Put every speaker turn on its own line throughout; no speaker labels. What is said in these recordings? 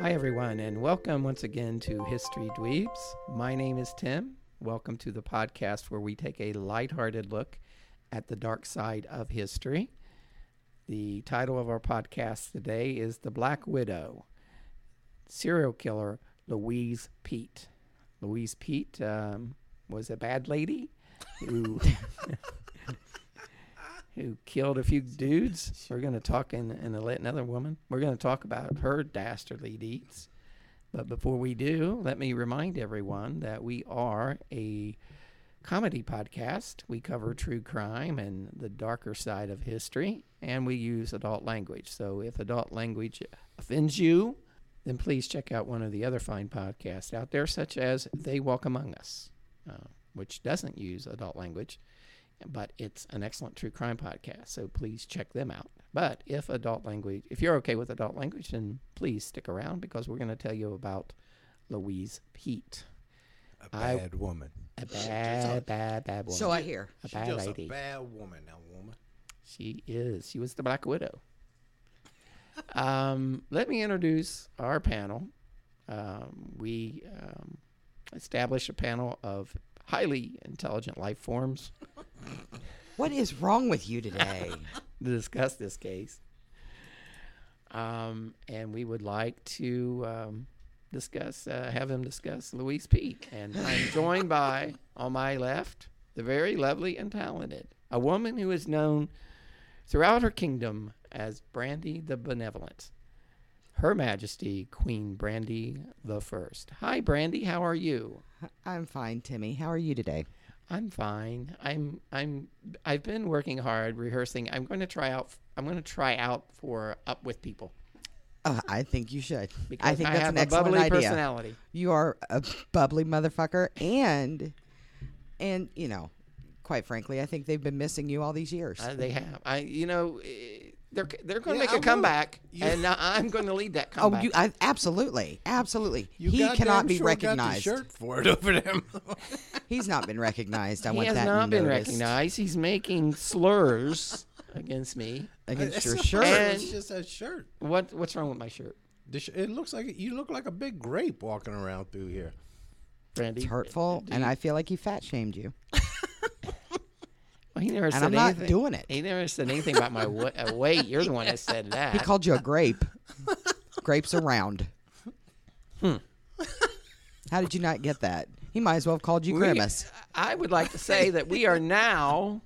Hi, everyone, and welcome once again to History Dweebs. My name is Tim. Welcome to the podcast where we take a lighthearted look at the dark side of history. The title of our podcast today is The Black Widow, serial killer Louise Pete. Louise Pete um, was a bad lady who. who killed a few dudes? We're going to talk in, in a, another woman. We're going to talk about her dastardly deeds. But before we do, let me remind everyone that we are a comedy podcast. We cover true crime and the darker side of history, and we use adult language. So if adult language offends you, then please check out one of the other fine podcasts out there, such as They Walk Among Us, uh, which doesn't use adult language, but it's an excellent true crime podcast. So please check them out. But if adult language, if you're okay with adult language, then please stick around because we're going to tell you about Louise Pete.
A bad I, woman.
A bad, a, bad, bad woman.
So I hear.
A bad
She's
lady.
A bad woman, that woman.
She is. She was the Black Widow. um, let me introduce our panel. Um, we um, established a panel of highly intelligent life forms.
what is wrong with you today?
to discuss this case. Um, and we would like to um, discuss, uh, have him discuss Louise Pete. And I'm joined by, on my left, the very lovely and talented, a woman who is known throughout her kingdom as Brandy the Benevolent, Her Majesty Queen Brandy the First. Hi, Brandy. How are you?
I'm fine, Timmy. How are you today?
I'm fine. I'm I'm I've been working hard rehearsing. I'm going to try out. I'm going to try out for Up with People.
Uh, I think you should.
Because
I think
I
that's
have
an excellent
bubbly
idea.
personality.
You are a bubbly motherfucker, and and you know, quite frankly, I think they've been missing you all these years.
Uh, they have. I you know. eh, They're, they're going to
Yeah,
make
I
a
will.
comeback,
You-
and I- I'm going to lead that
Oh,
comeback.
you I, absolutely, absolutely.
You
he
goddamn
cannot be
sure Got the
recognized.
shirt for it over there.
He's not been recognized. I
he
want
has
that
not been
noticed
recognized. He's making slurs against me.
against your
It's
shirt.
And-
It's just that shirt.
What what's wrong with my shirt,
The sh- It looks like you look like a big grape walking around through here.
Brandy?
It's hurtful, and I feel like he fat shamed you.
Well, he never said
I'm not
anything.
doing it.
He never said anything about my wa- uh, weight. You're the one that said that.
He called you a grape. Grapes are round.
Hmm.
How did you not get that? He might as well have called you
We-
Grimace.
I would like to say that we are now.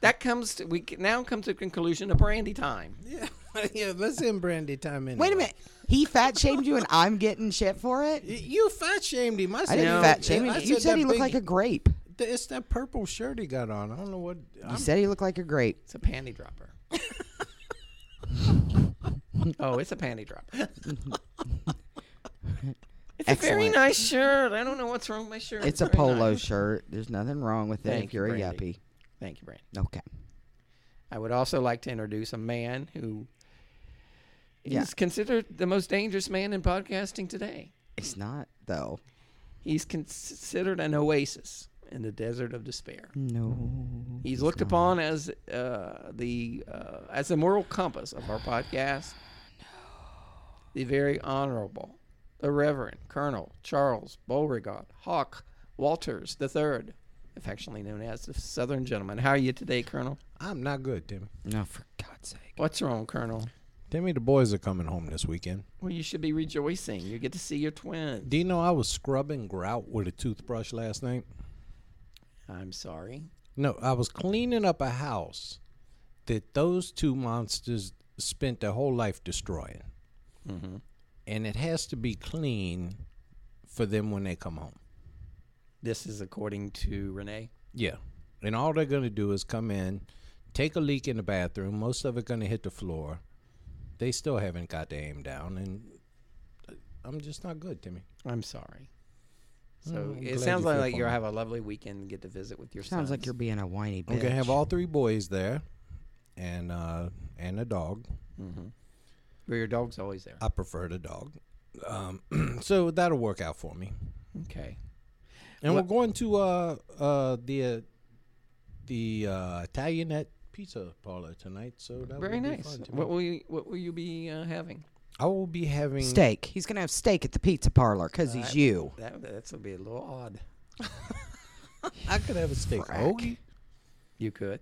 That comes. To, we can now come to the conclusion of brandy time.
Yeah, yeah. Let's end brandy time in.
Wait a minute. He fat shamed you, and I'm getting shit for it.
You fat shamed him. I,
I
said
didn't
No,
fat shame him.
I
You said
that
he looked
big-
like a grape.
th- It's that purple shirt he got on. I don't know what.
You
I'm,
said he looked like a grape.
It's a panty dropper. oh, it's a panty dropper. It's a very
Excellent.
nice shirt. I don't know what's wrong with my shirt.
It's a
very
polo
nice.
shirt. There's nothing wrong with it
Thank
if
you,
you're a
Brandy.
yuppie.
Thank you, Brandy.
Okay.
I would also like to introduce a man who is
Yeah.
considered the most dangerous man in podcasting today.
It's not, though.
He's considered an oasis in the desert of despair.
No.
He's looked upon as uh, the uh, as the moral compass of our podcast. The very honorable, the Reverend Colonel Charles Beauregard Hawk Walters III, affectionately known as the Southern Gentleman. How are you today, Colonel?
I'm not good, Timmy.
No, for God's sake.
What's wrong, Colonel?
Timmy, the boys are coming home this weekend.
Well, you should be rejoicing. You get to see your twin.
Do you know I was scrubbing grout with a toothbrush last night?
I'm sorry.
No, I was cleaning up a house that those two monsters spent their whole life destroying. Mm-hmm. And it has to be clean for them when they come home.
This is according to Renee.
Yeah. And all they're going to do is come in, take a leak in the bathroom. Most of it going to hit the floor. They still haven't got the aim down. And uh, I'm just not good, Timmy.
I'm sorry. So
I'm
it
glad
sounds
you
like,
feel
like
for
you'll
me.
have a lovely weekend and get to visit with your
Sounds like
sons.
you're being a whiny bitch.
I'm gonna have all three boys there, and uh, and a dog.
Well, your dog's always there.
I prefer the dog, um, so that'll work out for me.
Okay.
And we're going to uh, uh, the uh, the uh, Italianette pizza parlor tonight. So that
Very
will be
nice.
fun to me.
What will you What will you be uh, having?
I will be having
steak. He's gonna have steak at the pizza parlor because he's you.
That that's gonna be a little odd.
I could have a steak
Frack.
hoagie.
You could.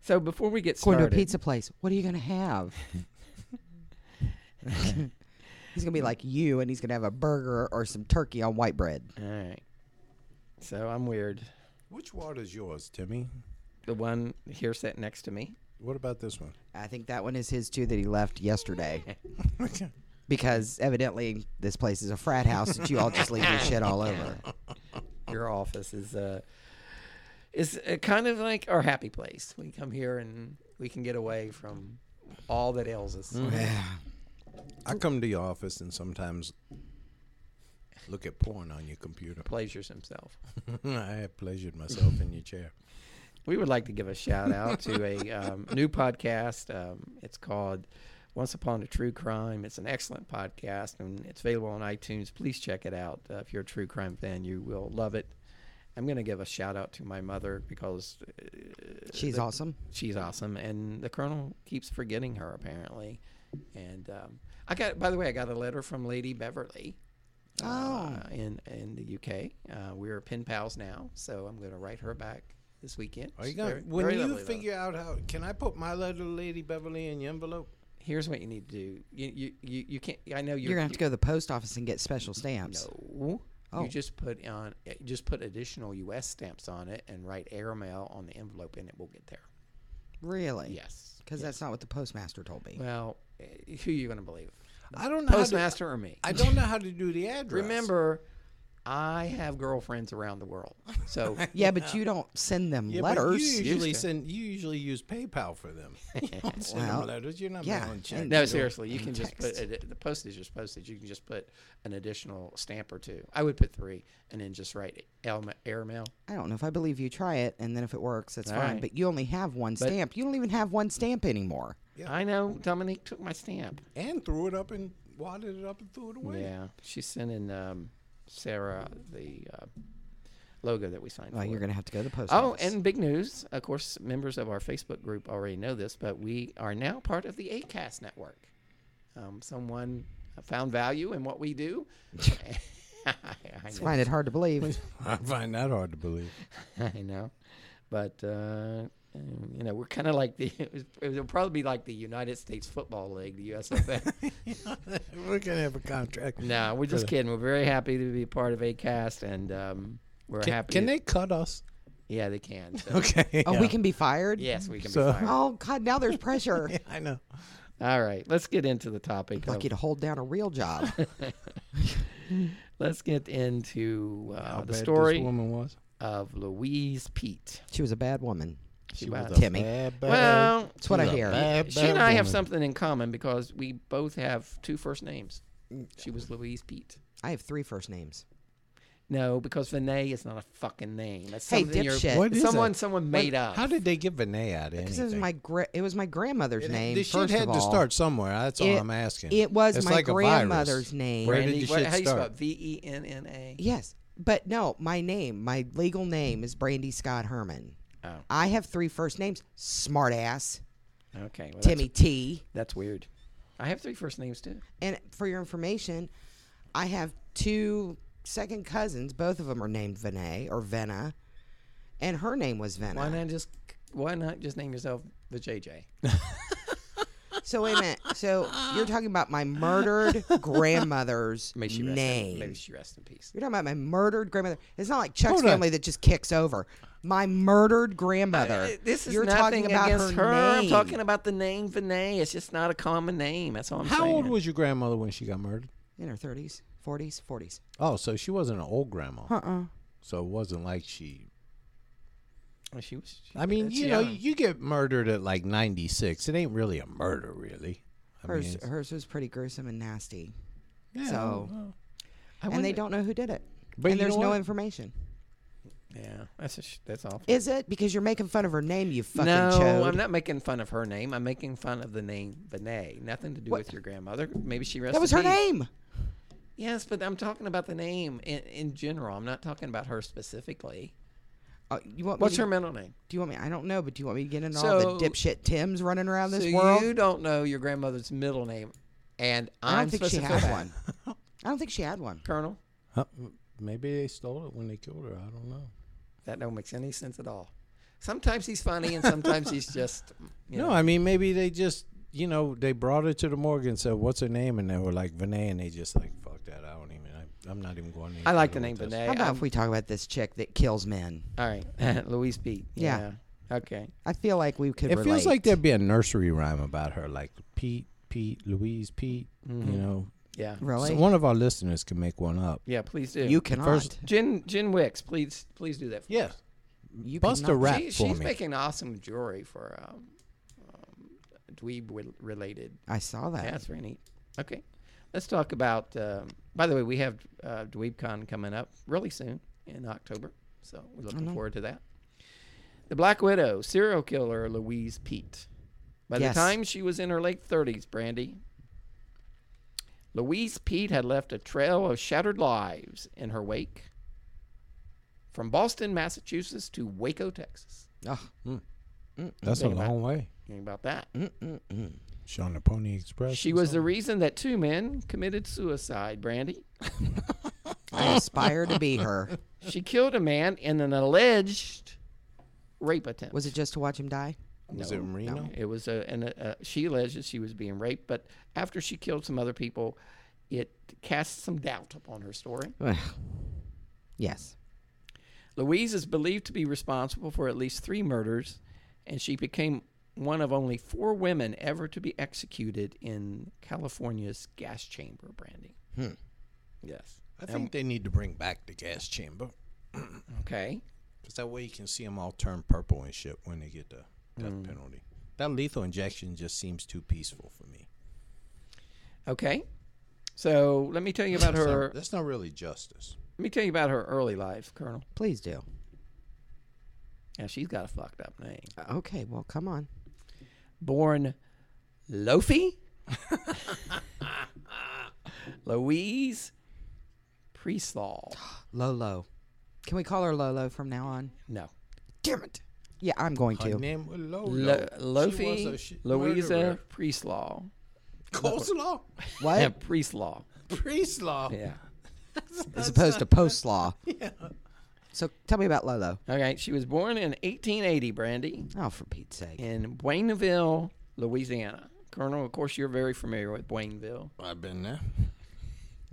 So before we get
Going to
started,
a pizza place. What are you gonna have? he's gonna be like you, and he's gonna have a burger or some turkey on white bread.
All right. So I'm weird.
Which water's yours, Timmy?
The one here sat next to me.
What about this one?
I think that one is his too that he left yesterday. because evidently this place is a frat house that you all just leave your shit all over.
Your office is uh is uh, kind of like our happy place. We come here and we can get away from all that ails us.
I come to your office and sometimes look at porn on your computer.
Pleasures himself.
I have pleasured myself in your chair.
We would like to give a shout out to a um, new podcast. Um, it's called Once Upon a True Crime. It's an excellent podcast and it's available on iTunes. Please check it out. Uh, if you're a true crime fan, you will love it. I'm going to give a shout out to my mother because
She's awesome.
she's awesome, and the colonel keeps forgetting her apparently. And um, I got, by the way, I got a letter from Lady Beverly.
Oh.
uh, in in the UK, uh, we're pen pals now, so I'm going to write her back this weekend.
Are you
She's
gonna
very-
when
very
you
lovely, though.
figure out how can I put my letter to Lady Beverly in the envelope?
Here's what you need to do. You you you, you can't. I know you're,
You're gonna have to go to the post office and get special stamps.
No.
Oh.
You just put on eh, just put additional U.S. stamps on it and write airmail on the envelope, and it will get there.
Really?
Yes.
Because that's not what the postmaster told me.
Well, eh, who you going to believe?
I don't know.
Postmaster or me?
How to, I don't know how to do the address.
Remember, I have girlfriends around the world. So
Yeah, but you don't send them
Yeah, but
letters.
You usually
Used to.
send. You usually use PayPal for them. You don't send
Well,
them letters. You're not
yeah,
mailing checks.
no, seriously, you can just put
text.
a, the postage is postage. You can just put an additional stamp or two. I would put three, and then just write airma- airmail.
I don't know if I believe you. Try it, and then if it works, that's
All
fine.
right.
But you only have one stamp. You don't even have one stamp anymore.
I know Dominique took my stamp.
And threw it up and wadded it up and threw it away.
Yeah, she's sending um, Sarah the uh, logo that we signed
Well,
for.
you're gonna have to go to the post
Oh,
office.
and big news! Of course, members of our Facebook group already know this, but we are now part of the Acast network. Um, someone found value in what we do. I,
I
know,
find it hard to believe.
I find that hard to believe.
I know, but uh, um, you know, we're kind of like the. It'll probably be like the United States Football League, the USFL.
We're gonna have a contract.
no, we're just kidding. We're very happy to be part of Acast, and um, we're
Can,
happy.
can
to-
they cut us?
Yeah, they can. So.
Okay.
Oh,
yeah.
we can be fired.
Yes, we can
So-
be fired.
Oh God, now there's pressure.
Yeah, I know.
All right, let's get into the topic. of-
Lucky to hold down a real job.
let's get into
How
uh,
bad
the story
This woman was.
of Louise Pete.
she was a bad woman.
She
was
was-
a
Timmy.
bad, bad-
Well,
That's what I
she's a
hear.
bad,
she and
bad
I have
woman.
something in common because we both have two first names. She was Louise Pete.
I have three first names.
No, because Vinay is not a fucking name. That's
Hey,
something you're-
dipshit.
What is
someone
it?
someone
What-
made up.
How did they get Vinay out of anything?
Because it was my gra- it was my grandmother's name.
This shit
first
had
of
to
all.
start somewhere. That's all
It-
I'm asking.
it was
It's
my
like a virus.
grandmother's name.
Where
Brandy-
did the
what-
shit
how do you spell
start?
it? V E N N A.
Yes, but no, my name, my legal name is Brandy Scott Herman.
Oh.
I have three first names. Smartass,
Okay. well, that's-
Timmy T.
That's weird. I have three first names too.
And for your information, I have two second cousins. Both of them are named Vinay or Venna. and her name was
Why
Venna.
not just why not just name yourself the JJ?
So wait a minute. So you're talking about my murdered grandmother's
May she rest.
name.
In, maybe she rest in peace.
You're talking about my murdered grandmother. It's not like Chuck's
Hold on.
family that just kicks over. My murdered grandmother.
Uh, This is
You're
nothing
talking about
against
her.
her. I'm
name.
talking about the name Vinay. It's just not a common name. That's all I'm
How
saying.
old was your grandmother when she got murdered?
in her 30s, 40s, 40s.
Oh, so she wasn't an old grandma.
Uh-uh.
So it wasn't like she.
Well, she was? she-
I mean,
that's
you know,
young.
you get murdered at like 96. It ain't really a murder, really. I mean,
Hers,
it's-
hers was pretty gruesome and nasty,
yeah,
so-
well,
I
and they
wonder-
don't know who did it.
But
and
you know
there's no
what?
information.
Yeah, that's a sh- that's awful.
Is it because you're making fun of her name? You fucking
no,
chode.
I'm not making fun of her name. I'm making fun of the name Vinay. Nothing to do
What?
with your grandmother. Maybe she rest.
That was
in
her
peace.
name.
Yes, but I'm talking about the name in, in general. I'm not talking about her specifically.
Oh, you want me
What's
to-
her middle name?
Do you want me? I don't know, but do you want me to get into all the
So-
dipshit Tims running around this
so
world?
you don't know your grandmother's middle name, and
I
I'm
don't think
supposed
she
to
had
feel bad.
one. I don't think she had one.
Colonel.
Huh, m- maybe they stole it when they killed her. I don't know.
That don't make any sense at all. Sometimes he's funny, and sometimes he's just you
No,
know.
I mean, maybe they just, you know, they brought her to the morgue and said, what's her name? And they were like, Vinay. And they just like, fuck that. I don't even, I, I'm not even going any
I like the
further
name
with this.
Vinay.
How about
I'm-
if we talk about this chick that kills men?
All right, Louise Pete.
Yeah.
Okay.
I feel like we could.
It feels
relate.
like there'd be a nursery rhyme about her, like Pete, Pete, Louise, Pete. You
Mm-hmm.
know,
Yeah.
Really?
So one of our listeners can make one up.
Yeah. Please do.
you cannot.
First-
Jen Jen Wicks. Please please do that. For
Yes.
you
Bust a
cannot-
rap
She,
for
she's
me.
making awesome jewelry for um, um, dweeb wi- related.
I saw that.
Yeah, that's very neat. Okay, let's talk about. Um, by the way, we have uh, DweebCon coming up really soon in October, so we're looking
Mm-hmm.
forward to that. The Black Widow, serial killer Louise Pete. By
Yes.
the time she was in her late thirties, Brandy. Louise Pete had left a trail of shattered lives in her wake. From Boston, Massachusetts to Waco, Texas.
Ugh.
Hmm.
That's a
Think about
long way.
Think about that.
Mm-hmm.
She on the Pony Express.
She
or
was the reason that two men committed suicide, Brandy.
I aspire to be her.
She killed a man in an alleged rape attempt.
Was it just to watch him die?
something? Was it in Reno?
It was a, and a, a, she alleged that she was being raped, but after she killed some other people, it cast some doubt upon her story.
yes.
Louise is believed to be responsible for at least three murders, and she became one of only four women ever to be executed in California's gas chamber, Brandy. Yes.
Hmm.
Um,
I think they need to bring back the gas chamber.
Okay.
Because that way you can see them all turn purple and shit when they get the death
Mm.
penalty. That lethal injection just seems too peaceful for me.
Okay. So let me tell you about
That's not-
her. Let
that's not really justice.
me tell you about her early life, Colonel.
Please do.
Yeah, she's got a fucked up name.
Okay. Well, come on.
Born Lofi? Louise Priestlaw.
Lolo. Can we call her Lolo from now on?
No.
Damn it. Yeah, I'm going
Her
to.
name was
Lo-
Lolo. She was a
Lofi
sh-
Louisa
murderer.
Priestlaw.
Coleslaw?
Yeah,
What?
Priestlaw.
Priestlaw?
Yeah.
As opposed to post law. Yeah. So tell me about Lolo.
Okay. She was born in 1880, Brandy,
Oh, for Pete's sake.
in Buenaville, Louisiana. Colonel, of course, you're very familiar with Buenaville.
I've been there.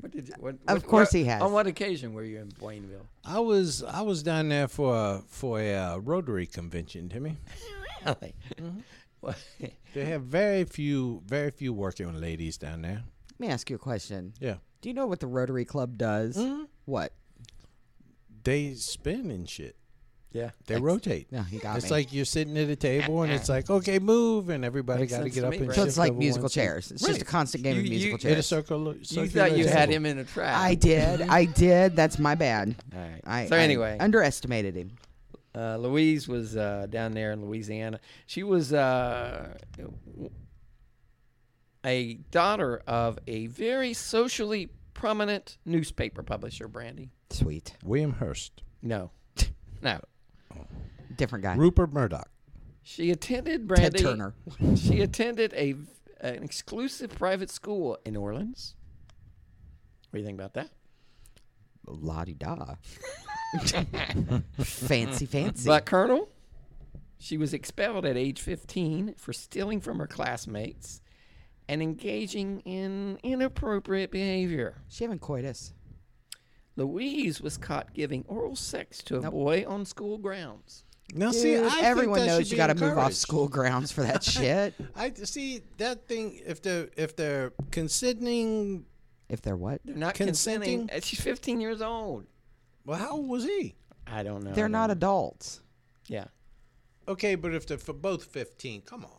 What did you, what,
Of
what-
course
what-
he has.
On what occasion were you in Blainville?
I was I was down there for a, for a uh, Rotary convention, Timmy.
Really? Well,
They have very few very few working ladies down there.
Let me ask you a question.
Yeah,
Do you know what the Rotary Club does?
Hmm?
What?
they spin and shit.
yeah.
They rotate.
No, you got
it's
me.
like you're sitting at a table and it's like, okay, move, and everybody
Makes
got to
sense
get
to
up
me,
and
right?
so
shift
it's like
over
musical
one seat.
chairs. It's just a
Right.
constant game
You-
of
you-
musical
In a
chairs.
circle.
You thought you had him in a trap.
I did. I did. That's my bad.
All right.
I,
so
I
anyway,
underestimated him.
uh, Louise was uh, down there in Louisiana. She was uh, a daughter of a very socially prominent newspaper publisher, Brandy.
Sweet.
William Hurst,
No, no.
Different guy.
Rupert Murdoch.
She attended
Ted
Brandy.
Turner.
She attended a an exclusive private school in New Orleans. What do you think about that?
La di da. fancy, fancy.
Black Colonel, she was expelled at age 15 for stealing from her classmates and engaging in inappropriate behavior.
she having coitus.
Louise was caught giving oral sex to a boy on school grounds.
Now,
Dude,
see, I
everyone knows you
got
gotta
to
move off school grounds for that shit.
I see that thing. If they're if they're consenting,
If they're what?
They're not consenting.
Consenting?
Uh, She's 15 years old.
well, how old was he?
I don't know.
They're not adults.
Yeah.
Okay, but if they're for both fifteen, come on.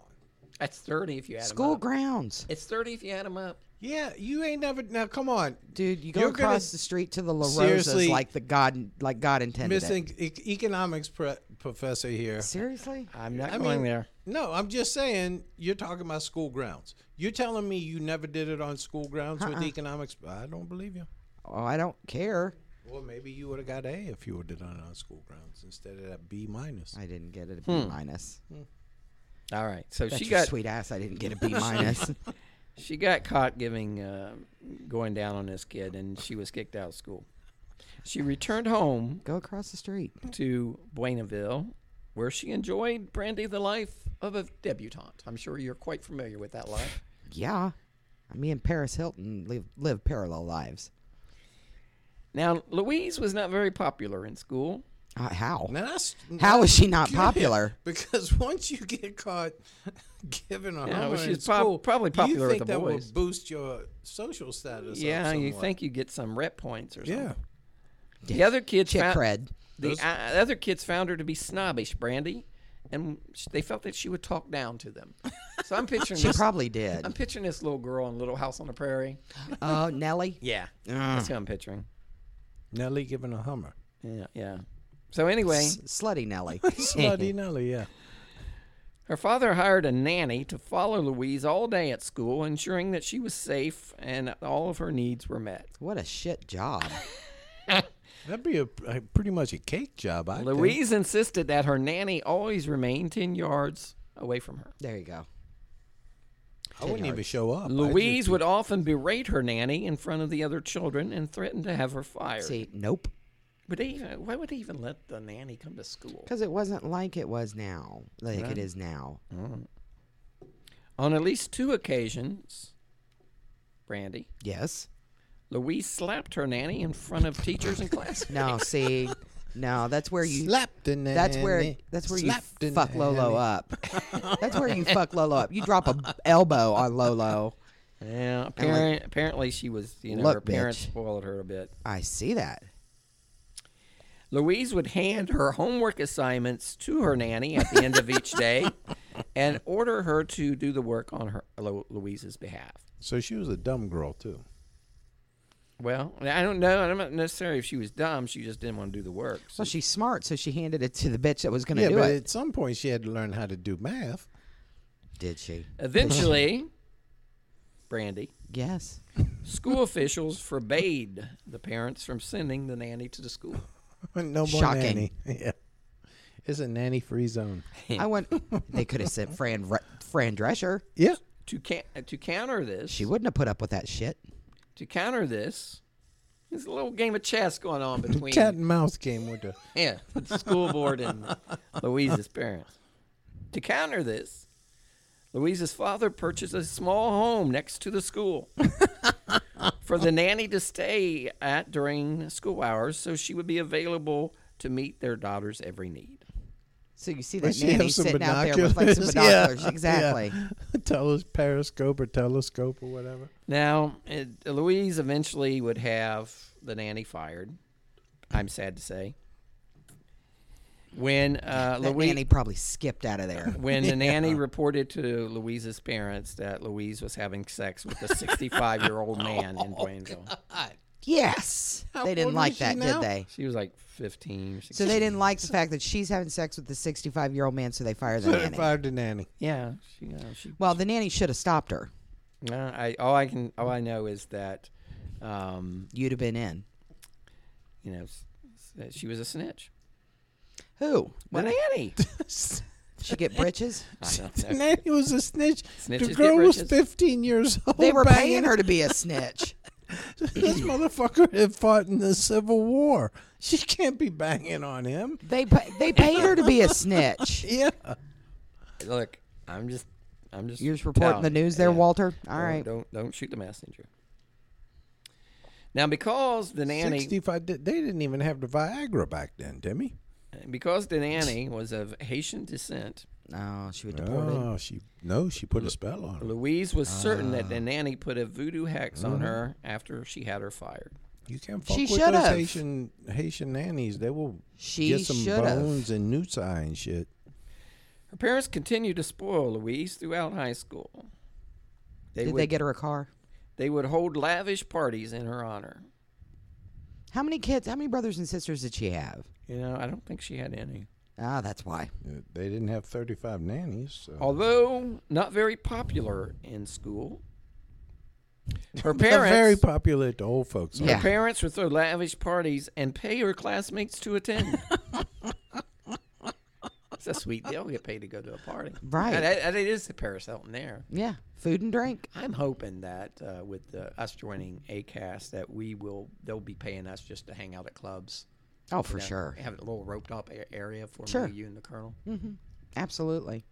That's 30 if you add 'em
School
up.
grounds.
It's 30 if you add them up.
Yeah, you ain't never. Now, come on,
Dude, you go
You're gonna-
across the street to the La
Seriously.
Rosa's like the God like God intended. it.
missing e- economics pre- professor here.
Seriously?
I'm not
I
going
mean,
there.
No, I'm just saying you're talking about school grounds. You're telling me you never did it on school grounds
Uh-uh.
with economics. I don't believe you.
Oh, I don't care.
Well, maybe you would have got A if you would have done it on school grounds instead of that B minus.
I didn't get a B minus.
All right. So
That's
she
your
got
sweet ass. I didn't get a B minus.
she got caught giving uh, going down on this kid and she was kicked out of school. She returned home
go across the street.
to Buenaville where she enjoyed Brandy the life of a debutante. I'm sure you're quite familiar with that life.
Yeah. Uh, Me and Paris Hilton live, live parallel lives.
Now, Louise was not very popular in school.
Uh, how?
Now that's
How is she not
Yeah,
popular?
Because once you get caught giving a
Yeah,
yeah,
well,
she's
she's prob- probably popular
you
with
think
the
that
boys.
will boost your social status. up
yeah, you
somewhat.
think you get some rep points or something.
Yeah.
The other kids
Chick
found
cred.
the, uh, other kids found her to be snobbish, Brandy, and sh- they felt that she would talk down to them. So I'm picturing
She
this,
probably did.
I'm picturing this little girl in Little House on the Prairie.
Oh, Nelly.
Yeah,
Uh.
that's who I'm picturing.
Nelly giving a hummer.
Yeah, yeah. So anyway,
S- slutty Nelly.
Bloody Nelly, yeah.
her father hired a nanny to follow Louise all day at school, ensuring that she was safe and all of her needs were met.
what a shit job.
That'd be a, a pretty much a cake job. I think.
Louise insisted that her nanny always remain ten yards away from her.
There you go.
I wouldn't even show up. I'd just
Louise
be-
would often berate her nanny in front of the other children and threaten to have her fired.
See, nope.
But they even, why would they even let the nanny come to school?
Because it wasn't like it was now, like it is now.
Mm.
On at least two occasions, Brandy,
Yes.
Louise slapped her nanny in front of teachers and class.
No. See, no. That's where you.
Slap the nanny.
That's where. That's where you
Slap the
fuck Lolo
nanny.
up. that's where you fuck Lolo up. You drop a b- elbow on Lolo.
Yeah, apparent, apparently she was, you know,
Look,
her parents
bitch.
spoiled her a bit.
I see that.
Louise would hand her homework assignments to her nanny at the end of each day and order her to do the work on her Lo- Louise's behalf.
So she was a dumb girl too.
Well, I don't know. I'm not necessarily if she was dumb. She just didn't want to do the work.
So
So
she's smart, so she handed it to the bitch that was going to
Yeah,
do
but
it.
at some point she had to learn how to do math.
Did she?
Uh,
eventually, Brandy,
Yes.
school officials forbade the parents from sending the nanny to the school.
no more
Shocking.
nanny. Yeah. It's a nanny free zone.
I went. They could have sent Fran Re- Fran Drescher.
Yeah.
To can- to counter this,
She wouldn't have put up with that shit.
to counter this, there's a little game of chess going on between
Cat and mouse game with the
yeah, with the school board and Louise's parents. To counter this, Louise's father purchased a small home next to the school for the nanny to stay at during school hours so she would be available to meet their daughter's every need.
So you see
Well,
that
she has
nanny
some
sitting out there with like some
binoculars. Yeah,
binoculars. Exactly.
yeah. Teles- periscope or telescope or whatever.
Now, it, Louise eventually would have the nanny fired. I'm sad to say. When uh,
That
Louise,
nanny probably skipped out of there.
when the nanny reported to Louise's parents that Louise was having sex with a 65 year
Oh
old man in Blainville,
Yes. they
old
didn't
is
like
she
that,
now?
did they?
she was like 15. 16.
So they didn't like the fact that she's having sex with the 65 year old man, so they fired the nanny.
Fired the nanny.
yeah, she. Uh, she
Well, the nanny should have stopped her.
no, I all I can all I know is that, um,
You'd have been in.
you know, s- s- she was a snitch.
Who?
The nanny.
She get britches?
The nanny was a snitch.
Snitches
the
get
girl was
riches.
15 years old.
They were
banging
paying her to be a snitch.
This motherfucker had fought in the Civil War. She can't be banging on him.
They pa- they paid her to be a snitch.
Yeah.
Look, I'm just, I'm just.
You're just reporting the
Tell you,
news there,
yeah.
Walter. All
Oh,
don't-
right.
Don't don't shoot the messenger. Now, because the nanny,
65 di- they didn't even have the Viagra back then, Demi.
because the nanny was of Haitian descent,
No, she was deported.
Oh, she no, she put a spell on him.
Louise was certain that the nanny put a voodoo hex on her after she had her fired.
You can't fuck
She
with
should
those
have.
Haitian Haitian nannies. They will
She
get some
should have.
bones and nusa and shit.
Her parents continued to spoil Louise throughout high school. They
Did
would,
they get her a car?
They would hold lavish parties in her honor.
How many kids? How many brothers and sisters did she have?
You know, I don't think she had any.
Ah, that's why.
Uh, They didn't have 35 nannies. So.
Although not very popular in school, her
They're
parents
very popular at the old folks. home.
Her
Yeah.
parents would throw lavish parties and pay her classmates to attend. it's a sweet deal. Get paid to go to a party,
Right.
And, that- and it is the Paris Hilton there.
Yeah, food and drink.
I'm hoping that uh, with uh, us joining ACAST, that we will they'll be paying us just to hang out at clubs.
Oh,
you
for
know,
sure.
Have a little roped up a- area for
Sure. Hmm.
me, you and the colonel.
Absolutely.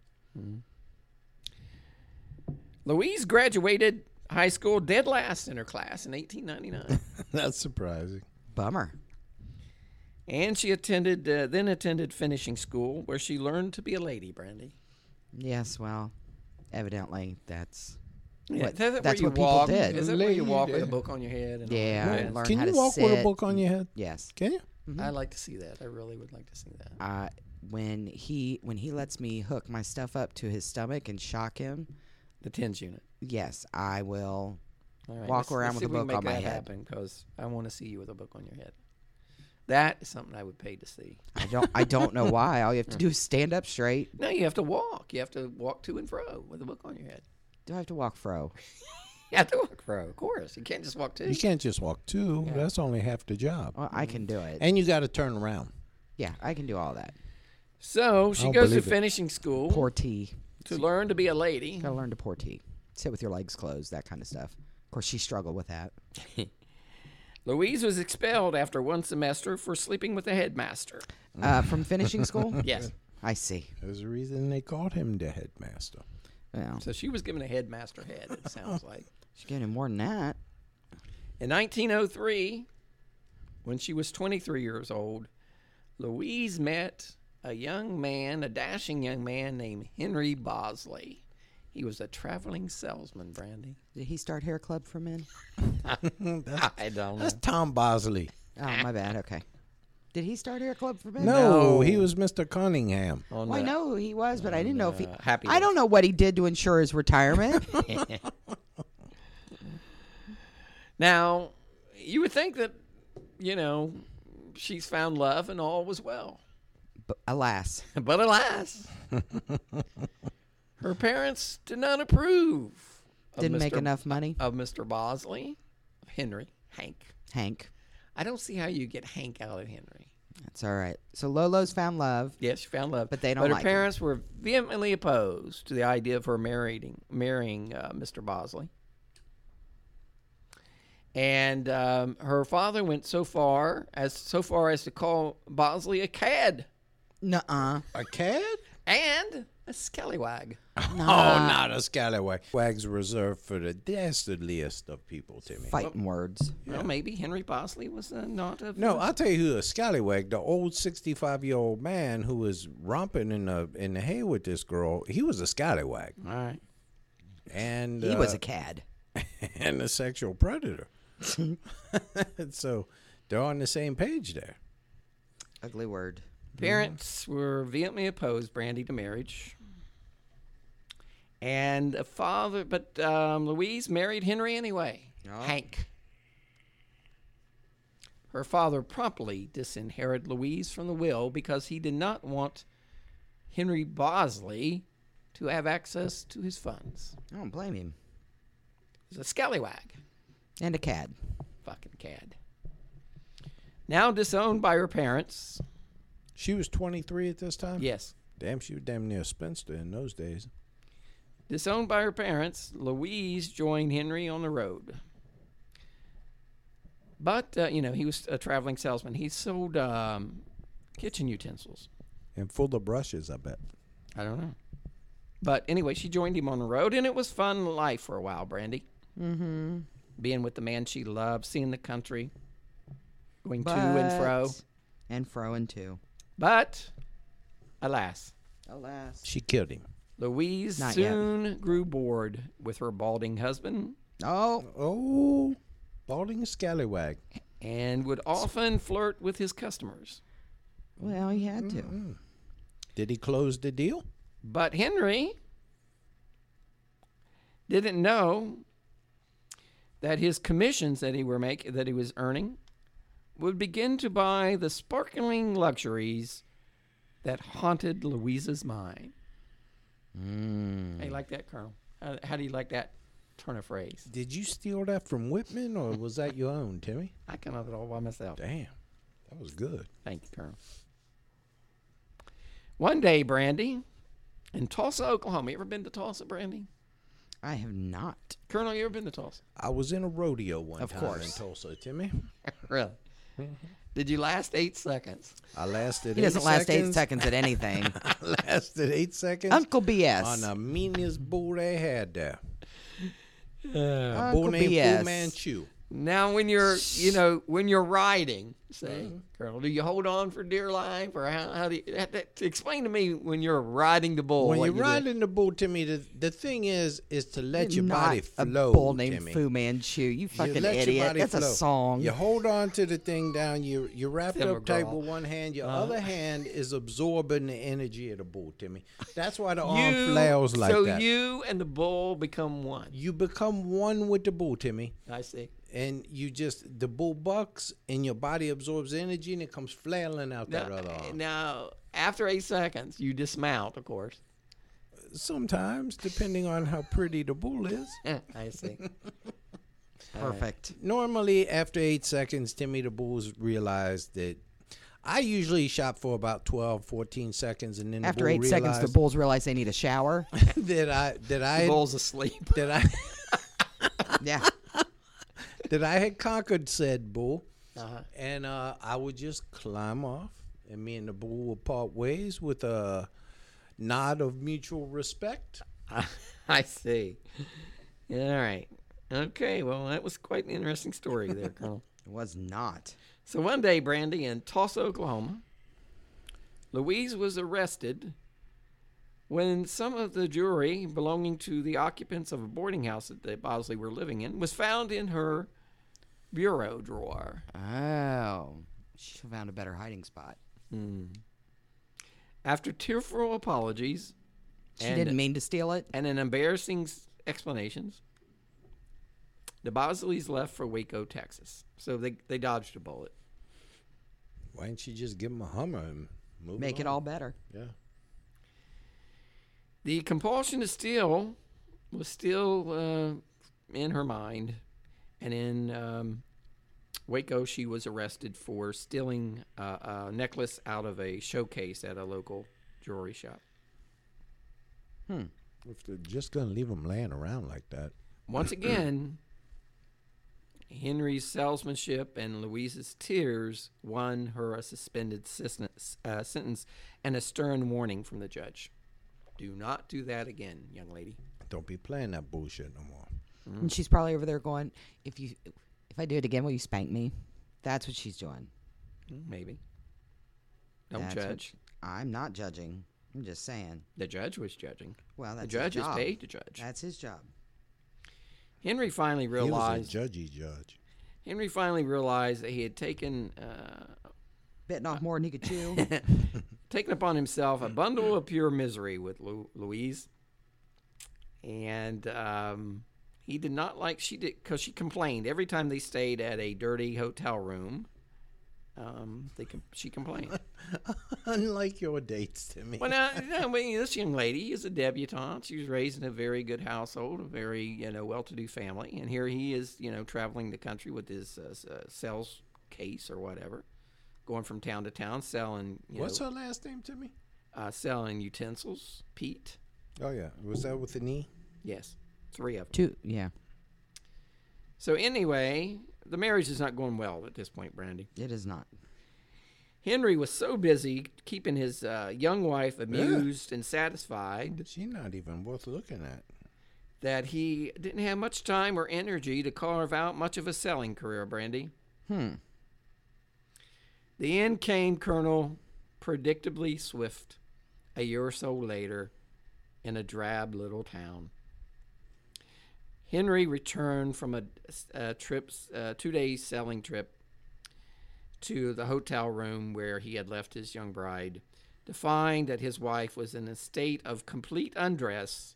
Louise graduated high school dead last in her class in 1899.
That's surprising.
Bummer.
And she attended, uh, then attended finishing school, where she learned to be a lady, Brandy.
Yes, well, evidently that's
Yeah,
what,
that's what
that's
you
what people
walk.
did.
Is that where you
Lady
walk with a
did.
book on your head? And all
Yeah,
that?
I learned
Can
how
you
to
walk
sit. Mm-hmm.
with a book on your head?
Yes.
Can you?
I like to see that. I really would like to see that.
Uh, when he when he lets me hook my stuff up to his stomach and shock him,
The tens unit.
yes, I will.
All right,
Walk
let's-
around
let's
with
see
a
if we can
book on
make
my
that
head.
happen because I want to see you with a book on your head. That is something I would pay to see.
I don't I don't know why. All you have to do is stand up straight.
No, you have to walk. You have to walk to and fro with a book on your head.
Do I have to walk fro?
You have to walk fro, of course. You can't just walk to.
You can't just walk two. That's only half the job.
Well, I can do it.
And you got to turn around.
Yeah, I can do all that.
So she
don't
goes to
believe it.
finishing school
Pour tea.
to learn to be a lady.
Gotta learn to pour tea. Sit with your legs closed, that kind of stuff. Of course, she struggled with that.
Louise was expelled after one semester for sleeping with the headmaster.
Uh, from finishing school?
Yes.
I see.
There's a reason they called him the headmaster.
Well,
So she was given a headmaster head, it sounds like.
she's getting more than that.
In 1903, when she was 23 years old, Louise met a young man, a dashing young man named Henry Bosley. He was a traveling salesman, Brandy.
Did he start hair club for men?
I don't
That's Tom Bosley.
Oh, my bad. Okay. Did he start hair club for men?
No, he was Mr. Cunningham.
On
Well, I
the-
know who he was, but I didn't know if he.
uh, Happy
I don't know what he did to ensure his retirement.
Now, you would think that, you know, she's found love and all was well.
but alas,
But alas, her parents did not approve. of
didn't make
Mr.
enough money.
of Mr. Bosley, Henry, Hank.
Hank.
I don't see how you get Hank out of Henry.
That's all right. So Lolo's found love.
Yes, she found love,
But they don't
But her
like him.
parents were vehemently opposed to the idea of her marrying marrying uh, Mr. Bosley. And um, her father went so far as so far as to call Bosley a cad
Nuh uh.
A cad?
and a scallywag.
Oh, not a scallywag. Wags reserved for the dastardliest of people, Timmy.
Fighting words.
Well, maybe Henry Bosley was uh, not a
No, I'll tell you who a scallywag. The old sixty-five-year-old man who was romping in the in the hay with this girl. He was a scallywag,
All right.
and
He was
uh,
a cad.
and a sexual predator. so they're on the same page there.
Ugly word.
Parents were vehemently opposed, Brandy, to marriage. And a father, but um, Louise married Henry anyway, Hank. Her father promptly disinherited Louise from the will because he did not want Henry Bosley to have access to his funds.
I don't blame him.
He's a scallywag.
And a cad.
Fucking cad. Now disowned by her parents.
She was twenty-three at this time.
Yes.
damn, she was damn near a spinster in those days.
Disowned by her parents, Louise joined Henry on the road. But uh, you know, he was a traveling salesman. He sold um, kitchen utensils.
and full of brushes. I bet.
I don't know. But anyway, she joined him on the road, and it was fun life for a while, Brandy. Mm-hmm. Being with the man she loved, seeing the country, going to and fro.
But- And fro and two.
But, alas,
Alas.
She killed him.
Louise
Not yet.
soon grew bored with her balding husband
Oh,
Oh, balding scallywag.
and would often flirt with his customers.
well, he had to.
Mm-hmm. Did he close the deal?
But Henry didn't know that his commissions that he were make that he was earning would begin to buy the sparkling luxuries that haunted Louisa's mind. How you like that, Colonel? How, how do you like that turn of phrase?
Did you steal that from Whitman or was that your own, Timmy?
I come up with it all by myself.
Damn, that was good.
Thank you, Colonel. One day, Brandy, in Tulsa, Oklahoma. You ever been to Tulsa, Brandy?
I have not.
Colonel, you ever been to Tulsa?
I was in a rodeo one
Of
time
course.
in Tulsa, Timmy.
Really? Did you last eight seconds?
I lasted.
He
eight
doesn't last eight
seconds.
seconds at anything.
I lasted eight seconds
Uncle BS.
on the meanest bull they had there. a
Uncle
bull named Fu
BS.
Manchu.
Now, when you're, you know, when you're riding, say, Colonel, do you hold on for dear life, or how, how do you? That, that, explain to me when you're riding the bull.
When
what
you're
you do.
riding the bull, Timmy, the, the thing is, is to let your
not
body flow.
a bull named
Timmy.
Fu Manchu. You
You
fucking
let your
idiot.
body
That's a
flow.
song.
You hold on to the thing down. You you wrap it
Tim
up tight
McGraw.
with one hand. Your
Uh-huh.
other hand is absorbing the energy of the bull, Timmy. That's why the arm
You-
flails like
so
that.
you and the bull become one.
you become one with the bull, Timmy,
I see.
and you just the bull bucks, and your body absorbs energy, and it comes flailing out that other
Now,
arm.
now, after eight seconds, you dismount, of course.
Sometimes, depending on how pretty the bull is.
I see.
Perfect.
Normally, after eight seconds, Timmy the Bulls realized that. I usually shop for about 12, 14 seconds, and then the
After
bull
eight seconds, the
realized-
bulls realize they need a shower.
that I that I had,
Bull's asleep.
that I
yeah.
that I had conquered said bull, and uh, I would just climb off, and me and the bull would part ways with a nod of mutual respect.
I see. All right. Okay. Well, that was quite an interesting story there, Colonel.
It was not.
So one day, Brandy, in Tulsa, Oklahoma, Louise was arrested when some of the jewelry belonging to the occupants of a boarding house that the Bosley were living in was found in her bureau drawer.
Oh. She found a better hiding spot.
After tearful apologies
She
And-
didn't mean to steal it.
and an embarrassing s- explanations, the Bosleys left for Waco, Texas. So they, they dodged a bullet.
Why didn't you just give him a hummer and move?
Make it all
along?
better.
Yeah.
The compulsion to steal was still uh, in her mind, and in um, Waco, she was arrested for stealing uh, a necklace out of a showcase at a local jewelry shop.
If they're just gonna leave him laying around like that,
Once again, Henry's salesmanship and Louise's tears won her a suspended sisna- uh, sentence and a stern warning from the judge. Do not do that again, young lady.
don't be playing that bullshit no more.
And she's probably over there going, if you, if I do it again, will you spank me? That's what she's doing.
Hmm.
Maybe. Don't
That's what
judge.
she- I'm not judging. I'm just saying.
The judge was judging.
Well, that's
the
his
judge is
job.
paid to judge.
That's his job.
Henry finally
He was
realized.
a judgy judge.
Henry finally realized that he had taken uh,
Bitten off more than he could chew.
taken upon himself a bundle of pure misery with Lu- Louise, and um, he did not like she did because she complained every time they stayed at a dirty hotel room. Um, they com- she complained.
Unlike your dates to me.
Well, now, you know, I mean, this young lady is a debutante. She was raised in a very good household, a very you know well-to-do family, and here he is, you know, traveling the country with his uh, s- uh, sales case or whatever, going from town to town selling. You
What's
know,
her last name, Timmy?
uh, selling utensils? Pete,
Oh yeah, was that E? with the knee?
yes, three of them.
Two, yeah.
So anyway, the marriage is not going well at this point, Brandy.
It is not.
Henry was so busy keeping his uh, young wife amused and satisfied
She's not even worth looking at.
that he didn't have much time or energy to carve out much of a selling career, Brandy. Hmm. The end came, Colonel, predictably swift, a year or so later, in a drab little town. Henry returned from a, a trip, a two-day selling trip to the hotel room where he had left his young bride to find that his wife was in a state of complete undress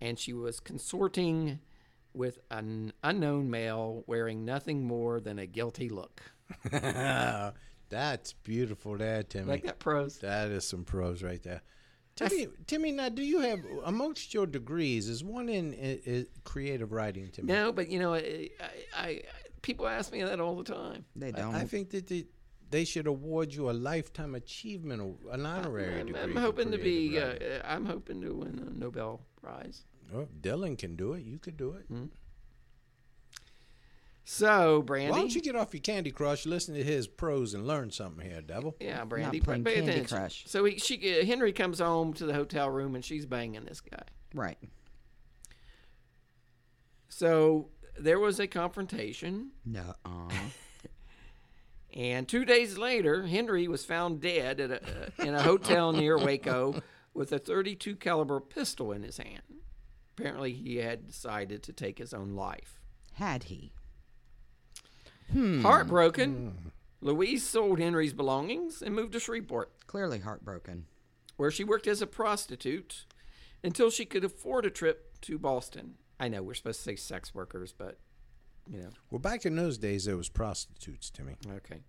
and she was consorting with an unknown male wearing nothing more than a guilty look.
That's beautiful there, Timmy.
Like that prose.
Hmm. That is some pros right there. Timmy, Timmy, now do you have amongst your degrees is one in i i creative writing, Timmy?
No, but you know, I, I, I people ask me that all the time.
They
I-
don't.
I think that they, they should award you a lifetime achievement, aw- an honorary
I'm,
degree.
I'm
for
hoping to
creative
be. Uh,
writing.
I'm hoping to win a Nobel Prize.
oh, Dylan can do it. You could do it.
Mm-hmm. So,
Why
Brandy.
don't you get off your Candy Crush, listen to his prose, and learn something here, devil?
yeah, Brandy. pay-
playing
pay
Candy
attention.
Crush.
So he, she, uh, Henry comes home to the hotel room and she's banging this guy.
right.
So there was a confrontation.
No.
And two days later, Henry was found dead at a, uh, in a hotel near Waco with a 32 caliber pistol in his hand. Apparently, he had decided to take his own life.
Had he?
Heartbroken, Louise sold Henry's belongings and moved to Shreveport,
Clearly heartbroken.
where she worked as a prostitute until she could afford a trip to Boston. I know we're supposed to say sex workers, but you know,
Well, back in those days, there was prostitutes, Timmy,
okay.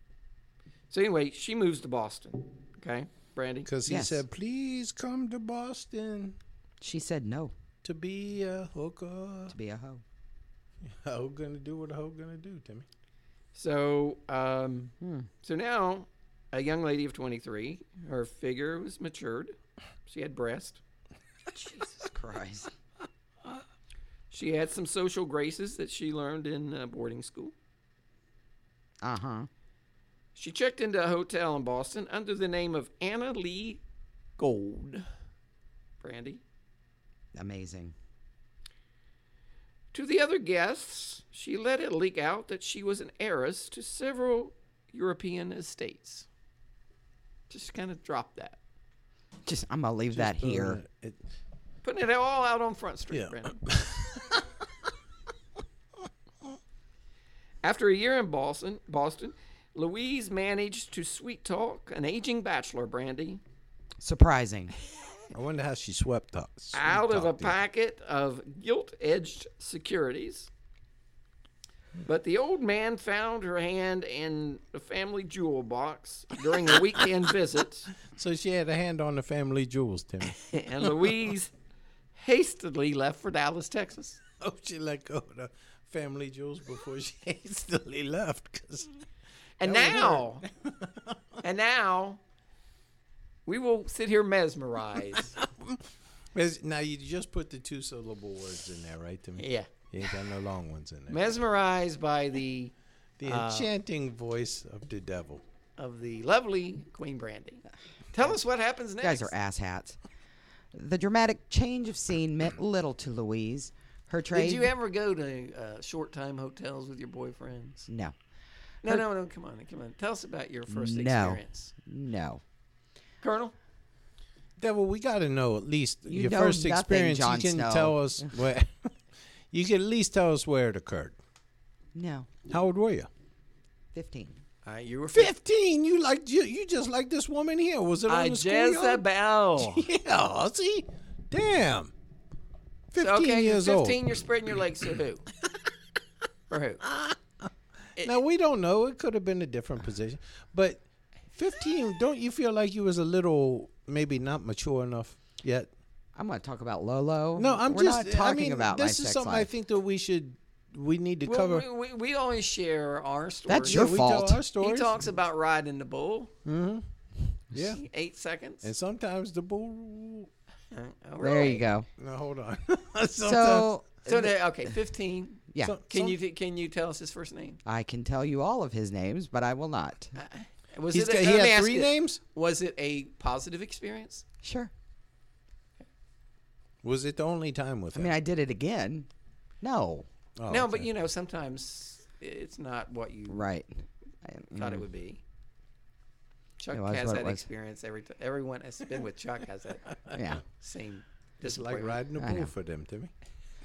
So anyway, she moves to Boston. Okay, Brandy.
because he
Yes.
said, "Please come to Boston
She said no
to be a hooker."
to be a hoe.
How gonna do what how gonna do, Timmy?
So, um, so now a young lady of 23, her figure was matured. She had breasts.
Jesus Christ.
She had some social graces that she learned in uh, boarding school.
Uh huh.
She checked into a hotel in Boston under the name of Anna Lee Gold. Brandy.
Amazing.
To the other guests, she let it leak out that she was an heiress to several European estates. Just kind of dropped that.
Just I'm gonna leave that here.
Uh, It,
Putting it all out on Front Street,
Yeah.
Brandon. After a year in Boston, Boston, Louise managed to sweet talk an aging bachelor, Brandy,
Surprising.
I wonder how she swept up.
out of a
swept up
packet of gilt-edged securities. But the old man found her hand in the family jewel box during a weekend visit,
the- So she had a hand on the family jewels, Timmy.
and Louise hastily left for Dallas, Texas.
oh, she let go of the family jewels before she hastily left. Cause
And now, and now, we will sit here mesmerized.
Mes- now you just put the two syllable words in there, right, Timmy?
yeah,
You ain't got no long ones in there.
mesmerized by the
the enchanting voice of the devil.
of the lovely Queen Brandy. Tell us what happens next.
You guys are asshats. The dramatic change of scene meant little to Louise. Her trade.
Did you ever go to uh, short time hotels with your boyfriends?
no,
No, no, no. Come on, come on. Tell us about your first
No.
experience,
no.
Colonel.
Devil, we got to know at least
You
your
know
first
nothing,
experience.
Jon
you can
Snow.
tell us where. you can at least tell us where it occurred.
No.
How old were you?
Fifteen.
Uh, you were
15 you like you, you just like this woman here was it on
Uh,
the schoolyard?
Jezebel.
yeah see damn 15
okay,
years
you're 15.
old
You're spreading your legs to who? For who?
now we don't know it could have been a different position but 15 don't you feel like you was a little maybe not mature enough yet
I'm gonna talk about Lolo.
no i'm
We're
just
not talking
I mean,
about my
this is
sex
something i
life.
think that we should we need to
Well,
cover
we, we, we always share our stories.
That's
Yeah,
your
we
fault.
tell our stories
He talks about riding the bull.
yeah
Eight seconds.
and sometimes the bull
Uh, all
There
right.
you go.
no hold on
So
So there, okay, fifteen.
Yeah.
So-
Can
so-
you th- can you tell us his first name?
I can tell you all of his names, but I will not.
Was
He's
it? A,
got- he
let me
had
ask
three
you,
names?
Was it a positive experience?
Sure.
Was it the only time with
I
him?
mean, I did it again. No.
Oh,
no,
okay.
but you know sometimes it's not what you
Right. I,
thought
mm,
it would be. Chuck
It was
has
what it
that
was.
experience every time. Everyone that's been with Chuck has that
Yeah.
same
It's like
disappointment.
riding a
I know.
bull for them, Timmy.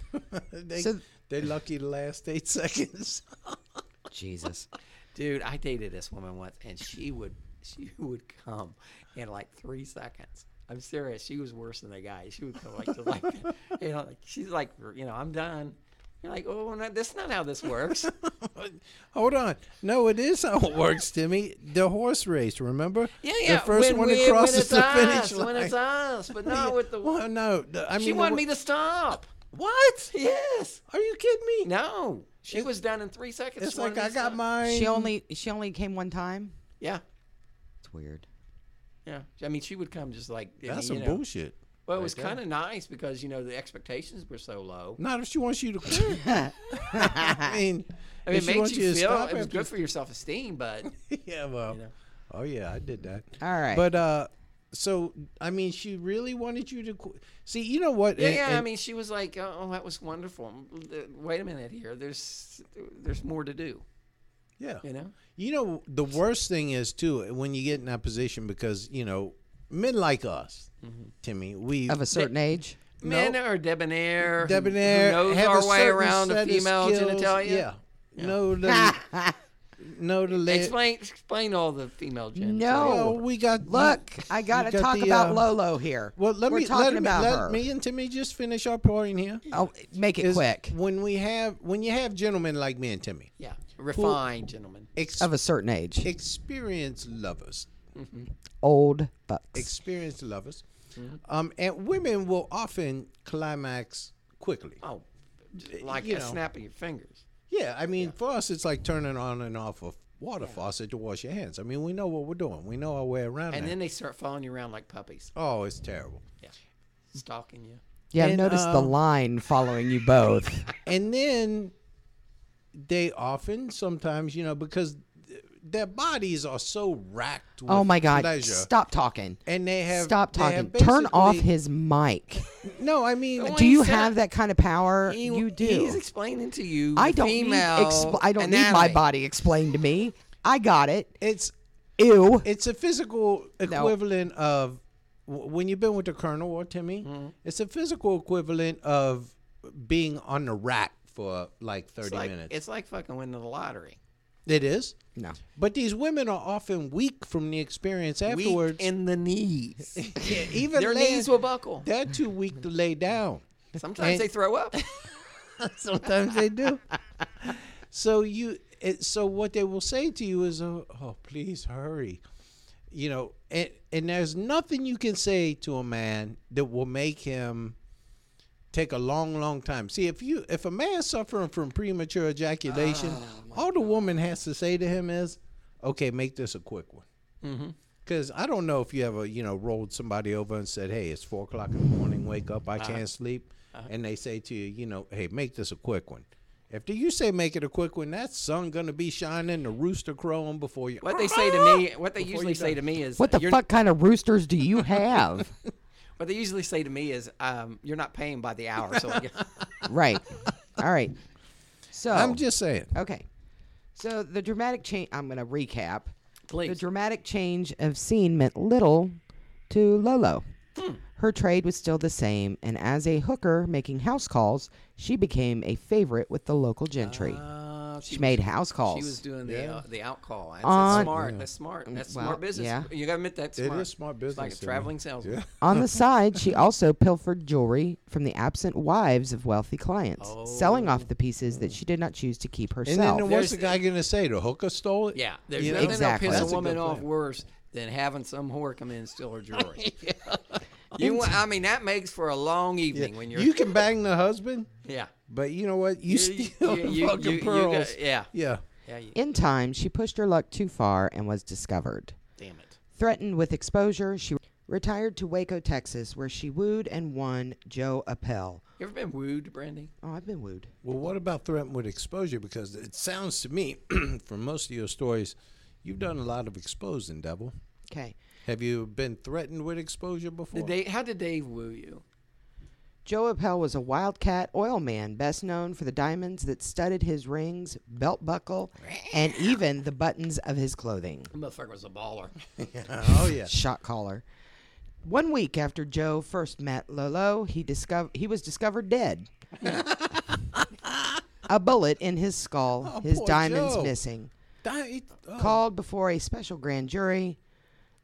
they,
So-
they lucky the last eight seconds.
Jesus.
Dude, I dated this woman once, and she would she would come in like three seconds. I'm serious. She was worse than the guy. She would come like just like that. you know, like, she's like you know I'm done. You're like oh no, that's not how this works.
Hold on. No, it is how it works, Timmy. The horse race, remember?
Yeah, yeah.
The first
when
one
we-
that crosses
it's
the
us,
finish line.
When it's us, but not with the.
Well, no. the- I mean,
she
the
wanted
wo-
me to stop. What? Yes.
Are you kidding me?
No. She was done in three seconds.
It's
She wanted
like
me
I
to
got
stop.
mine.
She only she only came one time.
Yeah.
It's weird.
Yeah. I mean, she would come just like. I
That's
mean,
some
you know.
bullshit.
Well, it was
right there.
kind of nice because you know the expectations were so low.
Not if she wants you to quit. I mean,
I mean,
if
it
she
made
wants
you,
to
feel
stop
it was
after-
good for your self esteem, but
yeah, well. Oh yeah, I did that.
All right.
But uh, so I mean, she really wanted you to qu- see. You know what?
yeah,
and-
yeah. I
and-
mean, she was like, "Oh, that was wonderful." Uh, Wait a minute here. There's there's more to do.
yeah.
You know.
You know, the worst thing is too when you get in that position because you know men like us,
Mm-hmm.
Timmy, we
Of a certain age.
Men
No.
are debonair, who-
debonair,
who knows
have
our
a
way
certain
around
set
a
of
female
skills.
genitalia.
Yeah. Know the know the lay-
Explain explain all the female genitalia.
Well,
No.
we got
Look, I
you
gotta
got
talk
the,
about
uh,
Lolo here.
Well, let
We're
me
talking
let, me-
about
let
her.
me and Timmy just finish our point here.
oh, make it
Is
quick.
When we have when you have gentlemen like me and Timmy,
Yeah, refined gentlemen.
ex-
Of a certain age.
experienced lovers,
Old bucks.
experienced lovers,
Mm-hmm.
um, and women will often climax quickly.
Oh, like
you
a
know.
snap of your fingers.
Yeah, I mean, for us, it's like turning on and off a water faucet to wash your hands. I mean, we know what we're doing. We know our way around.
And
that.
then they start following you around like puppies,
oh, it's terrible.
stalking you.
yeah, I've
and,
noticed the
uh,
line following you both.
and then they often sometimes you know because th- their bodies are so racked with
oh my God.
pleasure
Stop talking.
and they have
Stop
they have
talking. Turn off
basically-
his mic.
no i mean
Well,
do you
he's
have
not-
that kind of power?
He-
you do.
He's explaining to you.
I
the
don't need
female
expl- I don't need my
anatomy.
body explained to me. I got it.
it's
Ew.
it's a physical equivalent of w- when you've been with the colonel or timmy
Mm-hmm.
it's a physical equivalent of being on the rack for like 30
It's like,
minutes
it's like fucking winning the lottery.
it is
No.
but these women are often weak from the experience afterwards
Weak in the knees.
Yeah, even
Their
lay-
knees will buckle.
They're too weak to lay down.
Sometimes
And-
they throw up.
Sometimes they do. So you, it, so what they will say to you is, "Oh, oh please hurry," you know, and and there's nothing you can say to a man that will make him take a long, long time. See, if you, if a man's suffering from premature ejaculation, all the woman has to say to him is, "Okay, make this a quick one." Because I don't know if you ever, you know, rolled somebody over and said, hey, it's four o'clock in the morning, wake up, I can't sleep. And they say to you, you know, hey, make this a quick one. After you say make it a quick one, that sun going to be shining, the rooster crowing before you.
What they say to me, what they usually say to me is,
What the
"You're-
fuck kind of roosters do you have?
What they usually say to me is, um, "You're not paying by the hour." So I guess-
right. All right. So
I'm just saying.
okay. So the dramatic change. I'm going to recap. The
please,
dramatic change of scene meant little to Lolo. Her trade was still the same, and as a hooker making house calls, she became a favorite with the local gentry.
Uh, she,
she made house calls.
she was doing the uh, the out call. That's, that's
On-
smart. That's smart. That's
Well,
smart business.
yeah.
You gotta admit that's
It
smart.
is smart
It's like a
business, yeah.
traveling salesman.
On the side, she also pilfered jewelry from the absent wives of wealthy clients, selling off the pieces that she did not choose to keep
And then
herself.
what's the
There's-
guy going to say? The hooker stole it?
Yeah, there's
You know?
nothing
Exactly.
that'll
That's
piss
a
a woman
good
off
plan.
worse than having some whore come in and steal her jewelry. You, wa- I mean, that makes for a long evening when you're.
You can bang the husband,
yeah.
but you know what? You, steal the
you-
fucking
you- you got-
pearls.
yeah.
Yeah.
Yeah. You,
In time, she pushed her luck too far and was discovered.
damn it.
Threatened with exposure, she retired to Waco, Texas, where she wooed and won Joe Appel,
You ever been wooed, Brandy?
Oh, I've been wooed.
Well, what about threatened with exposure? Because it sounds to me, from most of your stories, you've done a lot of exposing, Devil.
Okay.
Have you been threatened with exposure before?
Did Dave, how did Dave woo you?
Joe Appel was a wildcat oil man, best known for the diamonds that studded his rings, belt buckle, and even the buttons of his clothing.
The motherfucker was a baller.
oh yeah.
Shot caller. One week after Joe first met Lolo, he discover he was discovered dead. a bullet in his skull,
Oh,
his
poor
diamonds
Joe.
missing.
Di- oh.
Called before a special grand jury,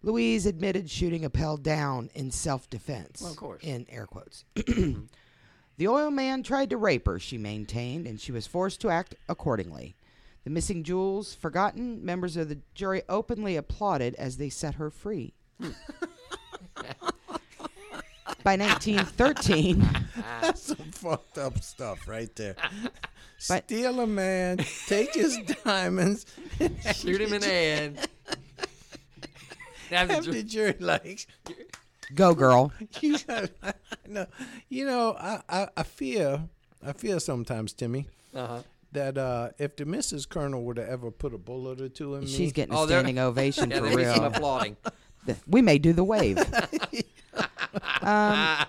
Louise admitted shooting Appel down in self defense.
of course.
In air quotes. the oil man tried to rape her, she maintained, and she was forced to act accordingly. The missing jewels forgotten, members of the jury openly applauded as they set her free. By 1913,
That's some fucked up stuff right there. Steal a man, take his diamonds, and
Shoot him in the head. Now the
have
ju-
the jury like
go girl.
you got no you know I, I i fear i fear sometimes timmy
uh-huh.
that uh if the mrs colonel would have ever put a bullet or two in me
She's getting
Oh,
a
they're-
standing ovation
yeah,
for
they need some
real.
applauding.
Th- We may do the wave. um,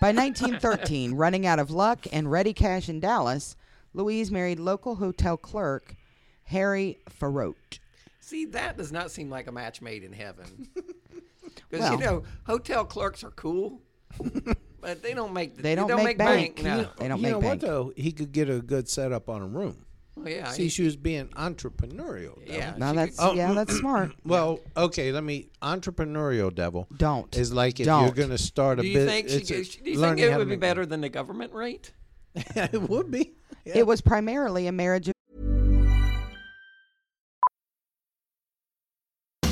by 1913, running out of luck and ready cash in Dallas, Louise married local hotel clerk Harry Farote.
See, that does not seem like a match made in heaven. Because
Well-
you know, hotel clerks are cool, but they don't make the,
They don't,
don't
make, bank.
No.
They don't
you
make
know
bank.
what though he could get a good setup on a room
Well, Oh, yeah,
see
you-
she was being entrepreneurial though.
yeah.
no,
she
that's
could-
Oh,
yeah, that's smart.
well okay let me entrepreneurial devil
Don't.
is like if
Don't.
you're gonna start a
do you
business
think she? could- Do you think it would be better than the government rate?
it would be yeah.
It was primarily a marriage of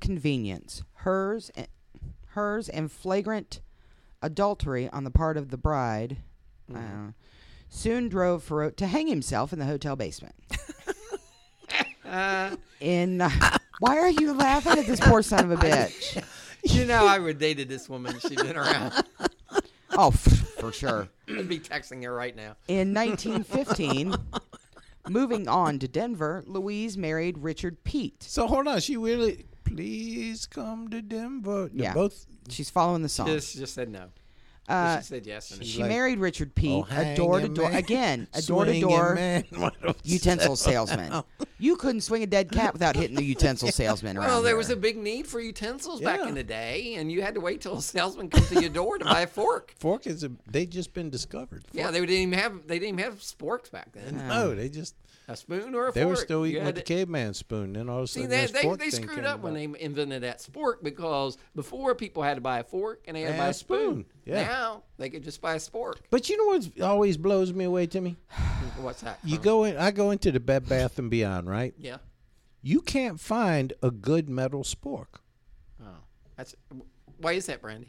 convenience, hers, and, hers, and flagrant adultery on the part of the bride. uh, soon drove Farote to hang himself in the hotel basement. in uh, why are you laughing at this poor son of a bitch?
You know, I would dated this woman. She'd been around.
Oh, f- for sure.
I'd be texting her right now.
In 1915, moving on to Denver, Louise married Richard Pete.
So hold on, she really. Please come to Denver. They're
Yeah.
Both.
She's following the song.
Just, just said no.
Uh,
she said yes. And
she
like,
married Richard
Oh,
Pete, a door to
hanging
door
man.
again, a door to
Swinging
door
man. What else?
utensil salesman. You couldn't swing a dead cat without hitting the utensil salesman.
Well,
around
there
here.
was a big need for utensils back
Yeah.
in the day, and you had to wait till a salesman come to your door to buy a fork.
Fork is. A, they just been discovered.
Yeah, they didn't even have they didn't even have sporks back then.
No, they just.
A spoon or a fork.
They were still
You
eating with
had
the
to-
caveman spoon. Then all of a
See,
sudden,
they,
this
they,
fork
they
thing
screwed
came
up when
about.
they invented that spork because before people had to buy a fork and they had to
They
buy
had
a
a
spoon.
spoon, yeah.
Now they could just buy a spork.
But you know what always blows me away, Timmy?
What's that?
You
huh?
go in. I go into the Bed Bath and Beyond, right?
Yeah.
You can't find a good metal spork.
Oh, that's why is that, Brandy?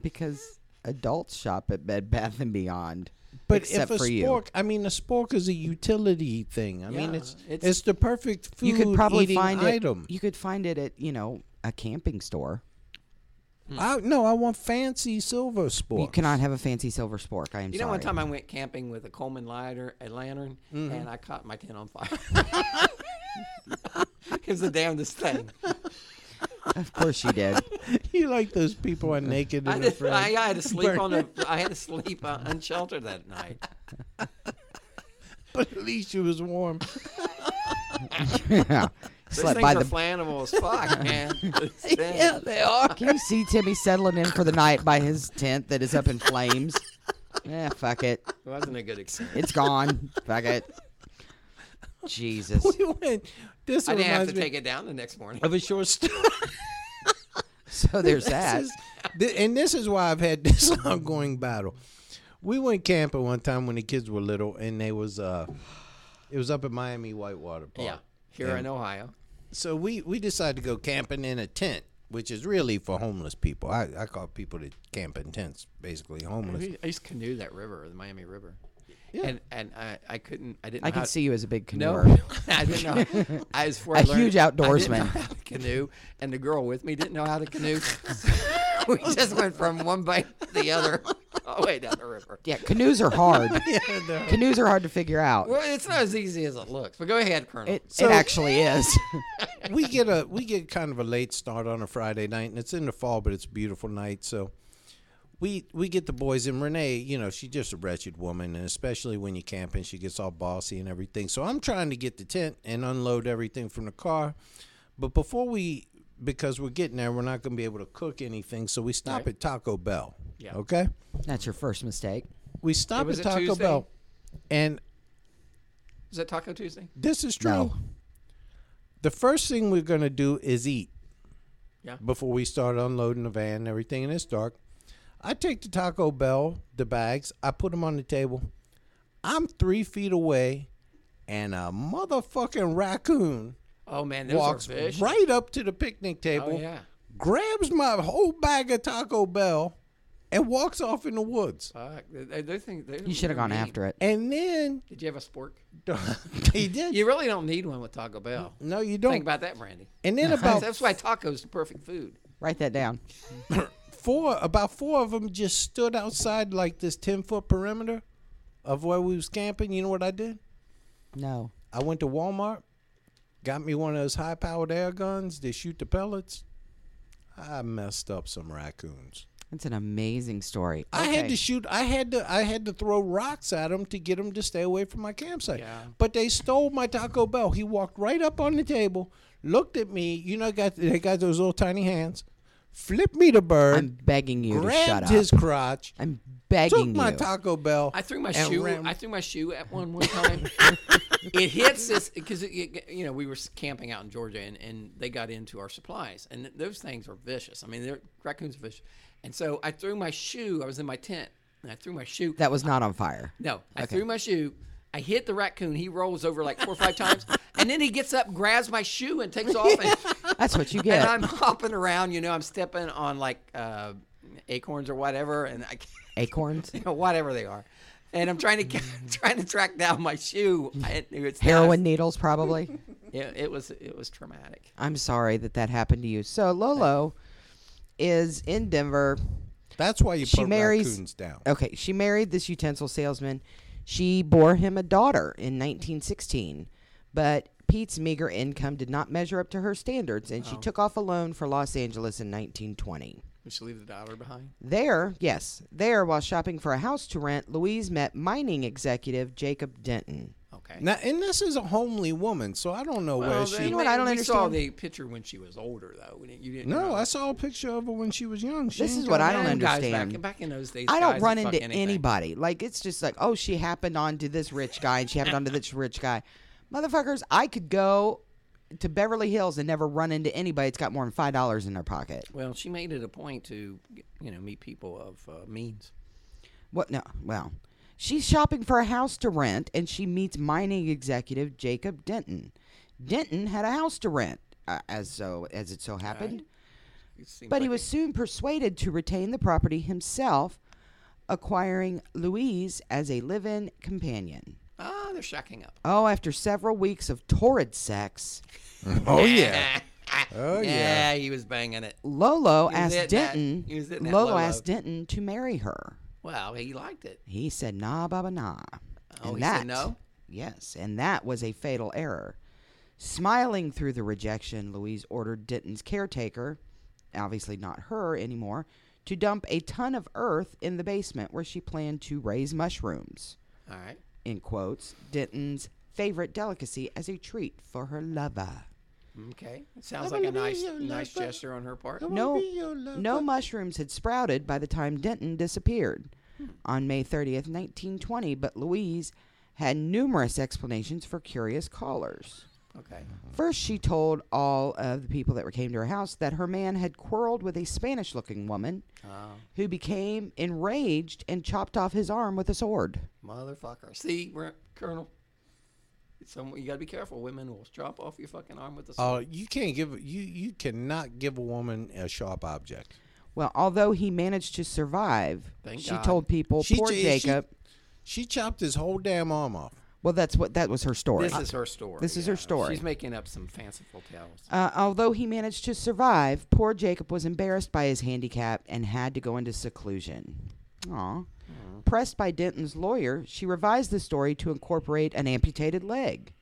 because adults shop at Bed Bath and Beyond.
But
except
if a
for
spork, I mean, a spork is a utility thing. I mean,
Yeah,
it's,
it's-
it's the perfect food
you, you could probably
eating
find
item.
it. You could find it at you know a camping store.
I, no, I want fancy silver spork.
You cannot have a fancy silver spork. I am
You know,
sorry.
one time I went camping with a Coleman lighter, a lantern,
Mm-hmm.
and I caught my tent on fire. it was the damnedest thing.
Of course she did.
you like those people are naked
I,
in the
did, I,
front.
I had to sleep on a, I had to sleep uh, unsheltered that night.
But at least you was warm.
yeah.
Those
Slept
things
by
are
the.
flammable as fuck, man. Those things.
they are. Can you see Timmy settling in for the night by his tent that is up in flames? yeah, fuck it.
wasn't a good experience.
It's gone. fuck it. Jesus.
We went. This
I didn't have
reminds
to
me
take it down the next morning.
of a short story.
So there's
This
that.
is- thi- and this is why I've had this ongoing battle. We went camping one time when the kids were little, and they was uh, it was up at Miami Whitewater Park.
Yeah, here in Ohio.
So we we decided to go camping in a tent, which is really for homeless people. I, I call people that camp in tents basically homeless.
I used to canoe that river, the Miami River, and and I, I couldn't I didn't.
I
know
can
how-
see you as a big canoer.
No, I didn't know. I was before I
A
learned-
huge
I didn't know
outdoorsman.
how to canoe, and the girl with me didn't know how to canoe. we just went from one bank to the other, all the way down the river.
Yeah, canoes are hard. Canoes are hard to figure out.
Well, it's not as easy as it looks. But go ahead, Colonel.
It, it actually is.
we get a we get kind of a late start on a Friday night, and it's in the fall, but it's a beautiful night. So we we get the boys and Renee. You know, she's just a wretched woman, and especially when you're camping, she gets all bossy and everything. So I'm trying to get the tent and unload everything from the car, but before we because we're getting there, we're not going to be able to cook anything. So we stop at Taco Bell.
Yeah.
Okay.
That's your first mistake.
We stop
was
at
a
Taco
Tuesday?
Bell, and
Is that Taco Tuesday?
this is true.
No.
The first thing we're gonna do is eat.
Yeah.
Before we start unloading the van and everything, and it's dark. I take the Taco Bell, the bags, I put them on the table. I'm three feet away, and a motherfucking raccoon
Oh man, those
walks
are fish.
right up to the picnic table,
Oh yeah.
grabs my whole bag of Taco Bell, and walks off in the woods.
Fuck. They, they think, they
You should have gone after it.
And then
Did you have a spork?
he did.
You really don't need one with Taco Bell.
no, you don't.
Think about that, Brandy.
and then about
That's why tacos the perfect food.
Write that down.
four about four of them just stood outside like this 10 foot perimeter of where we was camping you know what i did
No.
i went to walmart got me one of those high powered air guns that shoot the pellets i messed up some raccoons
That's an amazing story.
I had
Okay.
to shoot. I had to. I had to throw rocks at him to get him to stay away from my campsite.
Yeah.
But they stole my Taco Bell. He walked right up on the table, looked at me. You know, got they got those little tiny hands. Flipped me the bird.
I'm begging you to shut
grabbed
up.
his crotch.
I'm
took
begging
my
you.
Taco Bell.
I threw my
and
shoe.
ran-
I threw my shoe at one one time. it hits this because you know we were camping out in Georgia and, and they got into our supplies and th- those things are vicious. I mean, they're raccoons are vicious. And so I threw my shoe. I was in my tent and I threw my shoe.
That was not on fire.
no, I threw my shoe. I hit the raccoon. He rolls over like four or five times, and then he gets up, grabs my shoe, and takes off. And,
That's what you get.
And I'm hopping around. You know, I'm stepping on like uh, acorns or whatever, and I. can't-
Acorns.
you know, whatever they are. And I'm trying to get, trying to track down my shoe. I, it's not-
Heroin needles, probably.
Yeah, it was it was traumatic.
I'm sorry that that happened to you. So Lolo is in Denver.
That's why you
She
put
marries.
raccoons down.
Okay, she married this utensil salesman. She bore him a daughter in 1916, but Pete's meager income did not measure up to her standards, and
Oh.
she took off alone for Los Angeles in 1920.
We should leave the dollar behind.
There, yes, there, while shopping for a house to rent, Louise met mining executive Jacob Denton.
Okay.
Now, and this is a homely woman, so I don't know where she.
You know what I don't
we saw
understand?
the picture when she was older, though. We didn't, you didn't.
no,
know.
I saw a picture of her when she was young. She
This
ain't
is what
got-
I don't
Man, guys,
understand.
back, back in those days,
I don't
guys
run
would fuck
into
anything.
anybody. Like it's just like, oh, she happened onto this rich guy and she happened onto this rich guy. Motherfuckers, I could go to Beverly Hills and never run into anybody that's got more than five dollars in their pocket.
Well, she made it a point to, you know, meet people of uh, means.
What no well. She's shopping for a house to rent and she meets mining executive Jacob Denton. Denton had a house to rent, uh, as so as it so happened.
It seemed
But he
like
was soon persuaded to retain the property himself, acquiring Louise as a live in companion.
ah, they're shacking up.
Oh, after several weeks of torrid sex,
Oh yeah.
Oh yeah, he was banging it.
Lolo
He was hitting
asked
that-
Denton.
he was hitting that
Lolo,
Lolo.
asked Denton to marry her.
Well, he liked it.
He said, "Nah, Baba, nah."
Oh, he said no?
Yes, and that was a fatal error. Smiling through the rejection, Louise ordered Denton's caretaker, obviously not her anymore, to dump a ton of earth in the basement where she planned to raise mushrooms.
All right.
In quotes, Denton's favorite delicacy as a treat for her lover.
Okay. It sounds like a nice, nice gesture on her part.
No, no mushrooms had sprouted by the time Denton disappeared on May 30th, 1920, but Louise had numerous explanations for curious callers.
Okay.
First, she told all of the people that came to her house that her man had quarreled with a Spanish looking woman
Ah.
who became enraged and chopped off his arm with a sword.
Motherfucker. See, we're, Colonel. Some, you gotta be careful. Women will chop off your fucking arm with a sword.
Uh, you can't give you you cannot give a woman a sharp object.
Well, although he managed to survive,
Thank
she
God.
told people,
She
poor
ch- she-
Jacob.
She chopped his whole damn arm off.
well, that's what that was her story.
This is her story.
Oh, This is her story.
She's making up some fanciful tales.
Uh, although he managed to survive, poor Jacob was embarrassed by his handicap and had to go into seclusion. Aw. Pressed by Denton's lawyer, she revised the story to incorporate an amputated leg.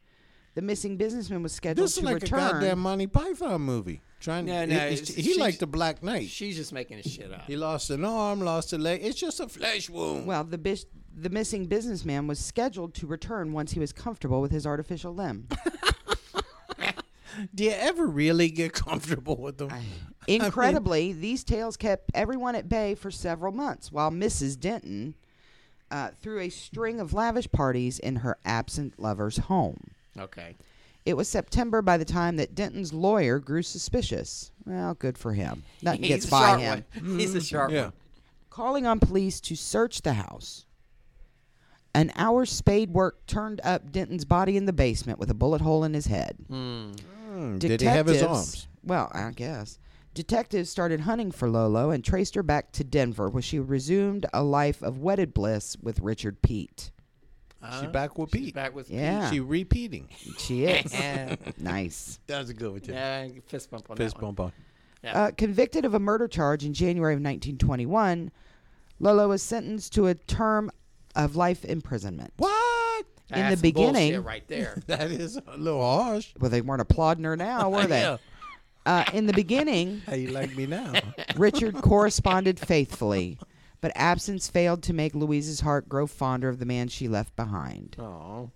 The missing businessman was scheduled
This
to
is like
return.
a goddamn Monty Python movie. Trying
No,
to,
no,
it- it's-
it's-
he
she's-
like the Black Knight.
She's just making his shit up.
He lost an arm, lost a leg. It's just a flesh wound.
well, the bis- the missing businessman was scheduled to return once he was comfortable with his artificial limb.
Do you ever really get comfortable with them?
Incredibly, these tales kept everyone at bay for several months, while Mrs. Denton uh, threw a string of lavish parties in her absent lover's home.
Okay.
It was September by the time that Denton's lawyer grew suspicious. Well, good for him. Nothing gets
a
by
sharp
him.
One. He's a sharp
yeah.
one.
Calling on police to search the house. An hour's spade work turned up Denton's body in the basement with a bullet hole in his head.
Hmm, Did he have his arms?
Well, I guess. Detectives started hunting for Lolo and traced her back to Denver, where she resumed a life of wedded bliss with Richard Pete.
she back with Pete.
Uh, Back with
Yeah,
She repeating.
she is. nice.
That was a good one. too.
Yeah, fist bump on
Fist
that one.
bump on.
Uh, convicted of a murder charge in January of 1921, Lolo was sentenced to a term of life imprisonment.
What?
In the
That's some bullshit
beginning,
right there.
That is a little harsh.
well, they weren't applauding her now, were they?
Yeah.
Uh, in the beginning,
How you like me now?
Richard corresponded faithfully, but absence failed to make Louise's heart grow fonder of the man she left behind.
Oh.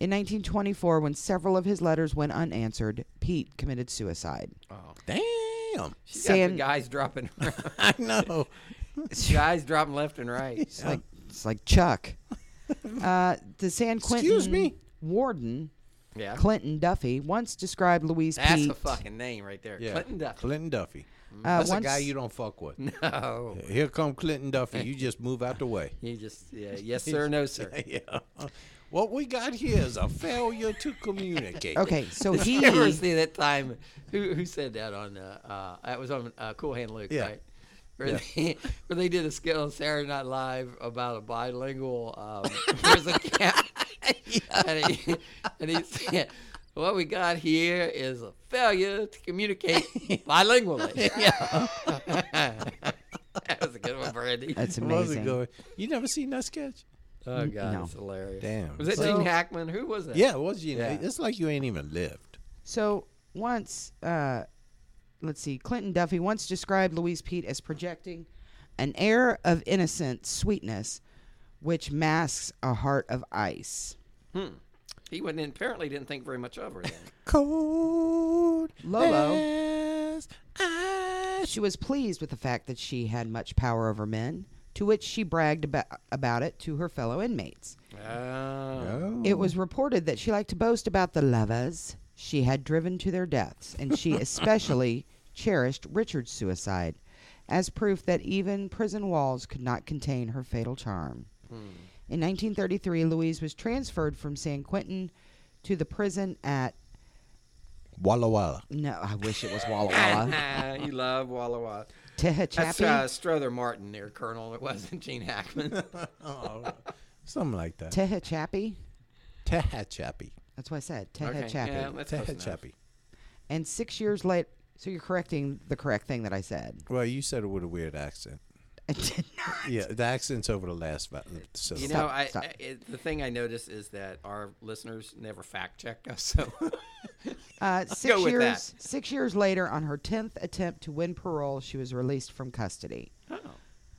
In 1924, when several of his letters went unanswered, Pete committed suicide.
Damn.
She got the
Saying-
guys dropping around.
I know.
guys dropping left and right.
It's like it's like Chuck. Uh, the San Quentin
Excuse me?
warden
Yeah.
Clinton Duffy once described Louise
That's
Pete.
a fucking name right there.
Yeah.
Clinton Duffy.
Clinton Duffy.
Uh,
That's a
once-
guy you don't fuck with.
Oh.
Here come Clinton Duffy. You just move out the way.
You just yeah, yes sir, no sir.
yeah. What we got here is a failure to communicate.
okay, so
Did
he
you ever see that time? Who who said that on? Uh, uh, that was on uh, Cool Hand Luke,
Yeah.
right? Where, they, where they did a skit on Saturday Night Live about a bilingual um, prison camp, and he, and he said, "What we got here is a failure to communicate bilingually." Yeah, that was a good one, Brandy.
that's
It was
amazing.
good. You never seen that sketch?
oh god,
No.
that's hilarious.
Damn.
was that
So-
Gene Hackman? Who was that?
Yeah, it was. You know,
Yeah.
it's like you ain't even lived.
So once, uh, let's see, Clinton Duffy once described Louise Pete as projecting an air of innocent sweetness, which masks a heart of ice.
he wasn't apparently didn't think very much of her. Then.
Cold.
Lolo.
as ice.
She was pleased with the fact that she had much power over men, to which she bragged about, about it to her fellow inmates. It was reported that she liked to boast about the lovers she had driven to their deaths, and she especially cherished Richard's suicide as proof that even prison walls could not contain her fatal charm. In 1933, Louise was transferred from San Quentin to the prison at.
Walla Walla.
No, I wish it was Walla
Uh-huh.
Walla.
Ah, you love Walla Walla. That's
Tehachapi.
uh, Strother Martin there, Colonel. It wasn't Gene Hackman.
Something like that.
Tehachapi?
Tehachapi.
That's what I said.
Okay,
Tehachapi.
yeah, that's close enough.
Tehachapi.
And six years later. So you're correcting the correct thing that I said.
Well, you said it with a weird accent.
I did not.
Yeah, the accent's over the last vi- syllable.
You know,
Stop,
I,
stop.
I it, the thing I notice is that our listeners never fact check us. So
Uh, six
go with
years.
that.
Six years later, on her tenth attempt to win parole, she was released from custody.
Oh.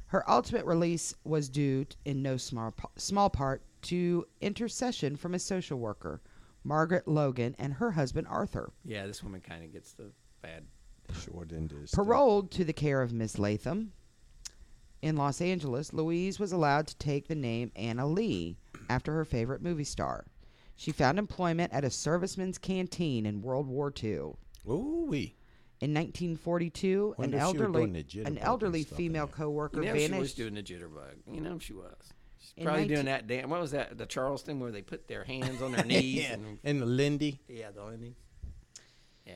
Her ultimate release was due, t- in no small p- small part, to intercession from a social worker, Margaret Logan, and her husband Arthur.
yeah, this woman kind of gets the bad.
Sure didn't do stuff.
Paroled to the care of Miss Latham in Los Angeles, Louise was allowed to take the name Anna Lee after her favorite movie star. She found employment at a serviceman's canteen in World War II.
Ooh wee.
In 1942, an
Wonder if she was
elderly,
doing the jitterbug
an
and
elderly
stuff eh? in
female
there.
coworker
You know, she was
vanished.
doing the jitterbug. You know, she was. She's
In
probably
19
doing that damn. What was that? The Charleston where they put their hands on their knees
Yeah.
and
And the Lindy.
yeah, the landing. Yeah.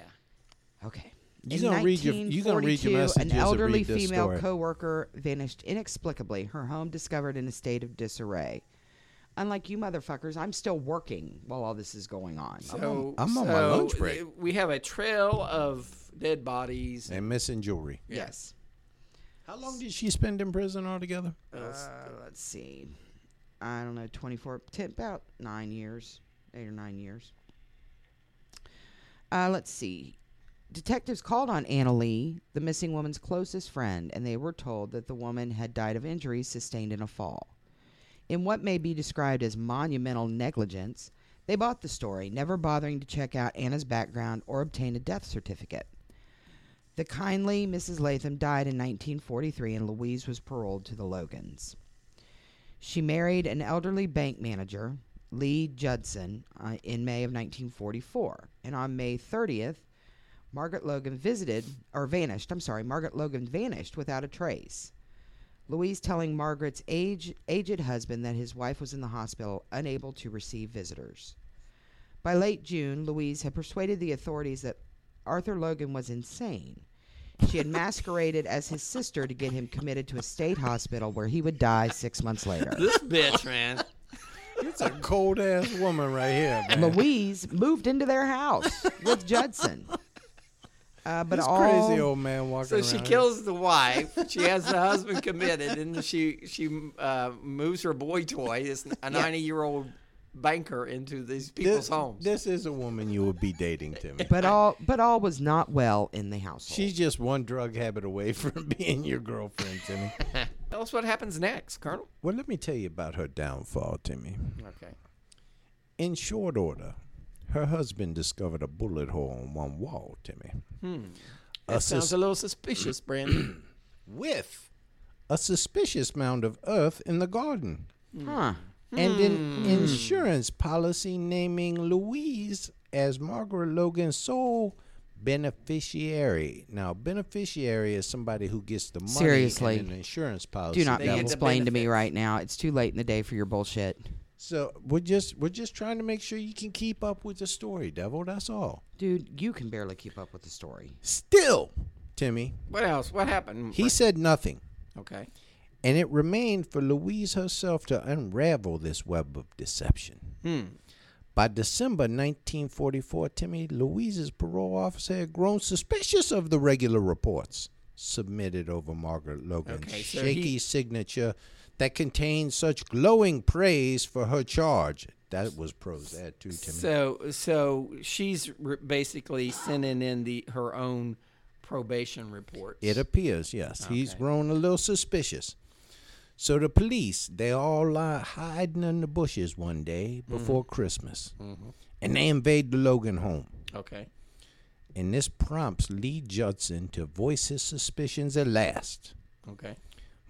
Okay.
You
In
gonna read your- you gonna read your
1942,
messages
An
and
elderly
read this
female
story.
coworker vanished inexplicably. Her home discovered in a state of disarray. Unlike you motherfuckers, I'm still working while all this is going on.
So
I'm on my
so
lunch break.
th- We have a trail of dead bodies.
And missing jewelry.
yes.
How long did she spend in prison altogether?
Uh, let's see. I don't know, 24, 10, about nine years, eight or nine years. Uh, let's see. Detectives called on Anna Lee, the missing woman's closest friend, and they were told that the woman had died of injuries sustained in a fall. In what may be described as monumental negligence, they bought the story, never bothering to check out Anna's background or obtain a death certificate. The kindly Mrs. Latham died in 1943, and Louise was paroled to the Logans. She married an elderly bank manager, Lee Judson, uh, in May of 1944. And on May 30th, Margaret Logan visited, or vanished, I'm sorry, Margaret Logan vanished without a trace. Louise telling Margaret's age, aged husband that his wife was in the hospital, unable to receive visitors. By late June, Louise had persuaded the authorities that Arthur Logan was insane. She had masqueraded as his sister to get him committed to a state hospital where he would die six months later.
This bitch, man.
It's a cold ass woman right here, man.
Louise moved into their house with Judson. Uh, but
this
all
crazy old man walking
So
around.
she
here.
kills the wife. She has the husband committed, and she she uh, moves her boy toy, this a ninety year old banker, into these people's
this,
homes.
This is a woman you would be dating, Timmy.
but all but all was not well in the household.
She's just one drug habit away from being your girlfriend, Timmy.
Tell us what happens next, Colonel.
well, let me tell you about her downfall, Timmy.
Okay.
In short order, her husband discovered a bullet hole in one wall, Timmy.
Hmm. That sounds
sus-
a little suspicious, Brandon.
with a suspicious mound of earth in the garden.
huh.
and
Hmm.
an insurance policy naming Louise as Margaret Logan's sole beneficiary. Now, beneficiary is somebody who gets the money
Seriously.
in an insurance policy.
Do not
They
Now,
be
get the
explained to me
benefits.
right now. It's too late in the day for your bullshit.
So we're just we're just trying to make sure you can keep up with the story, Devil. That's all.
Dude, you can barely keep up with the story.
Still, Timmy,
what else? What happened?
he said nothing,
okay.
and it remained for Louise herself to unravel this web of deception.
Hmm.
By December 1944, Timmy Louise's parole officer had grown suspicious of the regular reports submitted over Margaret Logan's
Okay, so
shaky
he-
signature that contained such glowing praise for her charge. That was prose ad too, Timmy.
So so she's re- basically sending in the her own probation reports.
It appears, yes. He's grown a little suspicious. So the police, they all lie hiding in the bushes one day before Christmas. And they invade the Logan home.
okay.
And this prompts Lee Judson to voice his suspicions at last.
Okay.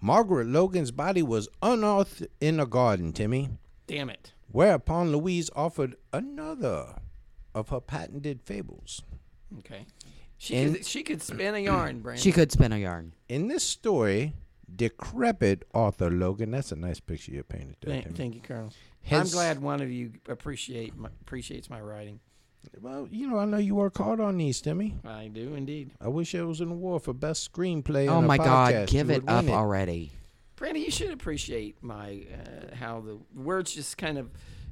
Margaret Logan's body was unearthed in a garden, Timmy.
Damn it.
Whereupon Louise offered another of her patented fables.
Okay. She
And-
could, she could spin a yarn, Brandon.
She could spin a yarn.
In this story, decrepit Arthur Logan, that's a nice picture you painted there,
Thank,
Timmy.
thank you, Colonel. I'm
Hence-
glad one of you appreciate my, appreciates my writing.
Well, you know, I know you work hard on these, Timmy.
I do indeed.
I wish I was in the war for best screenplay.
Oh
on a
my
podcast.
god, give
You
it
would
up
win
already.
Brandy, you should appreciate my uh, how the words just kind of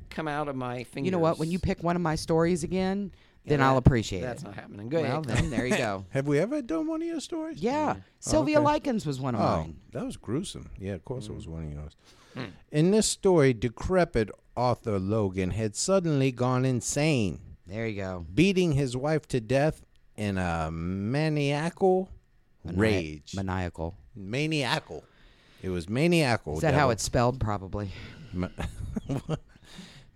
come out of my fingers.
You know what? When you pick one of my stories again, then I'll appreciate
That's
it.
not happening. Go
well,
ahead.
then there you go.
Have we ever done one of your stories?
Yeah, Sylvia
okay.
Likens was one of
Oh,
mine.
that was gruesome. Yeah, of course it was one of yours. In this story, decrepit Arthur Logan had suddenly gone insane,
There you go.
beating his wife to death in a maniacal
Mani-
rage.
maniacal.
maniacal. It was maniacal.
Is that how
Oh, devil.
it's spelled? Probably.
Ma-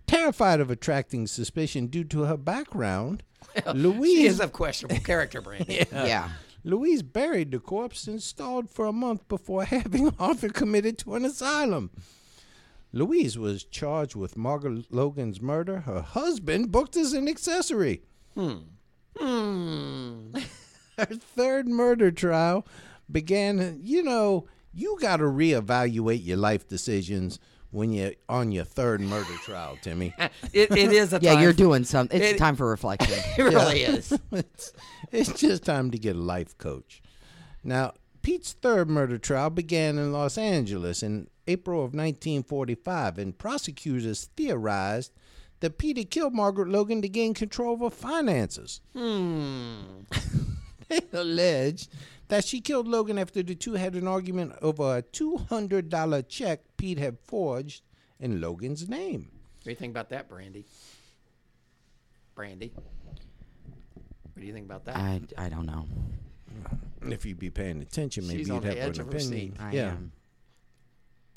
Terrified of attracting suspicion due to her background,
She
Louise
is of questionable character, Brandon.
yeah.
Louise buried the corpse and stalled for a month before having Arthur committed to an asylum. Louise was charged with Margaret Logan's murder. Her husband booked as an accessory. Hmm. Hmm. Her third murder trial began. You know, you got to reevaluate your life decisions when you're on your third murder trial, Timmy.
It, it is a
Yeah,
time
you're
for-
doing something. It's
It-
time for reflection.
It really is.
it's, it's just time to get a life coach. Now, Pete's third murder trial began in Los Angeles in April of 1945, and prosecutors theorized that Peter killed Margaret Logan to gain control of her finances. Hmm. they alleged that she killed Logan after the two had an argument over a $200 check Pete had forged in Logan's name.
What do you think about that, Brandy? Brandy. What do you think about that?
I, I don't know.
If you'd be paying attention, maybe
She's
you'd
on the
have
edge
an
of her
opinion.
seat.
I
yeah.
am.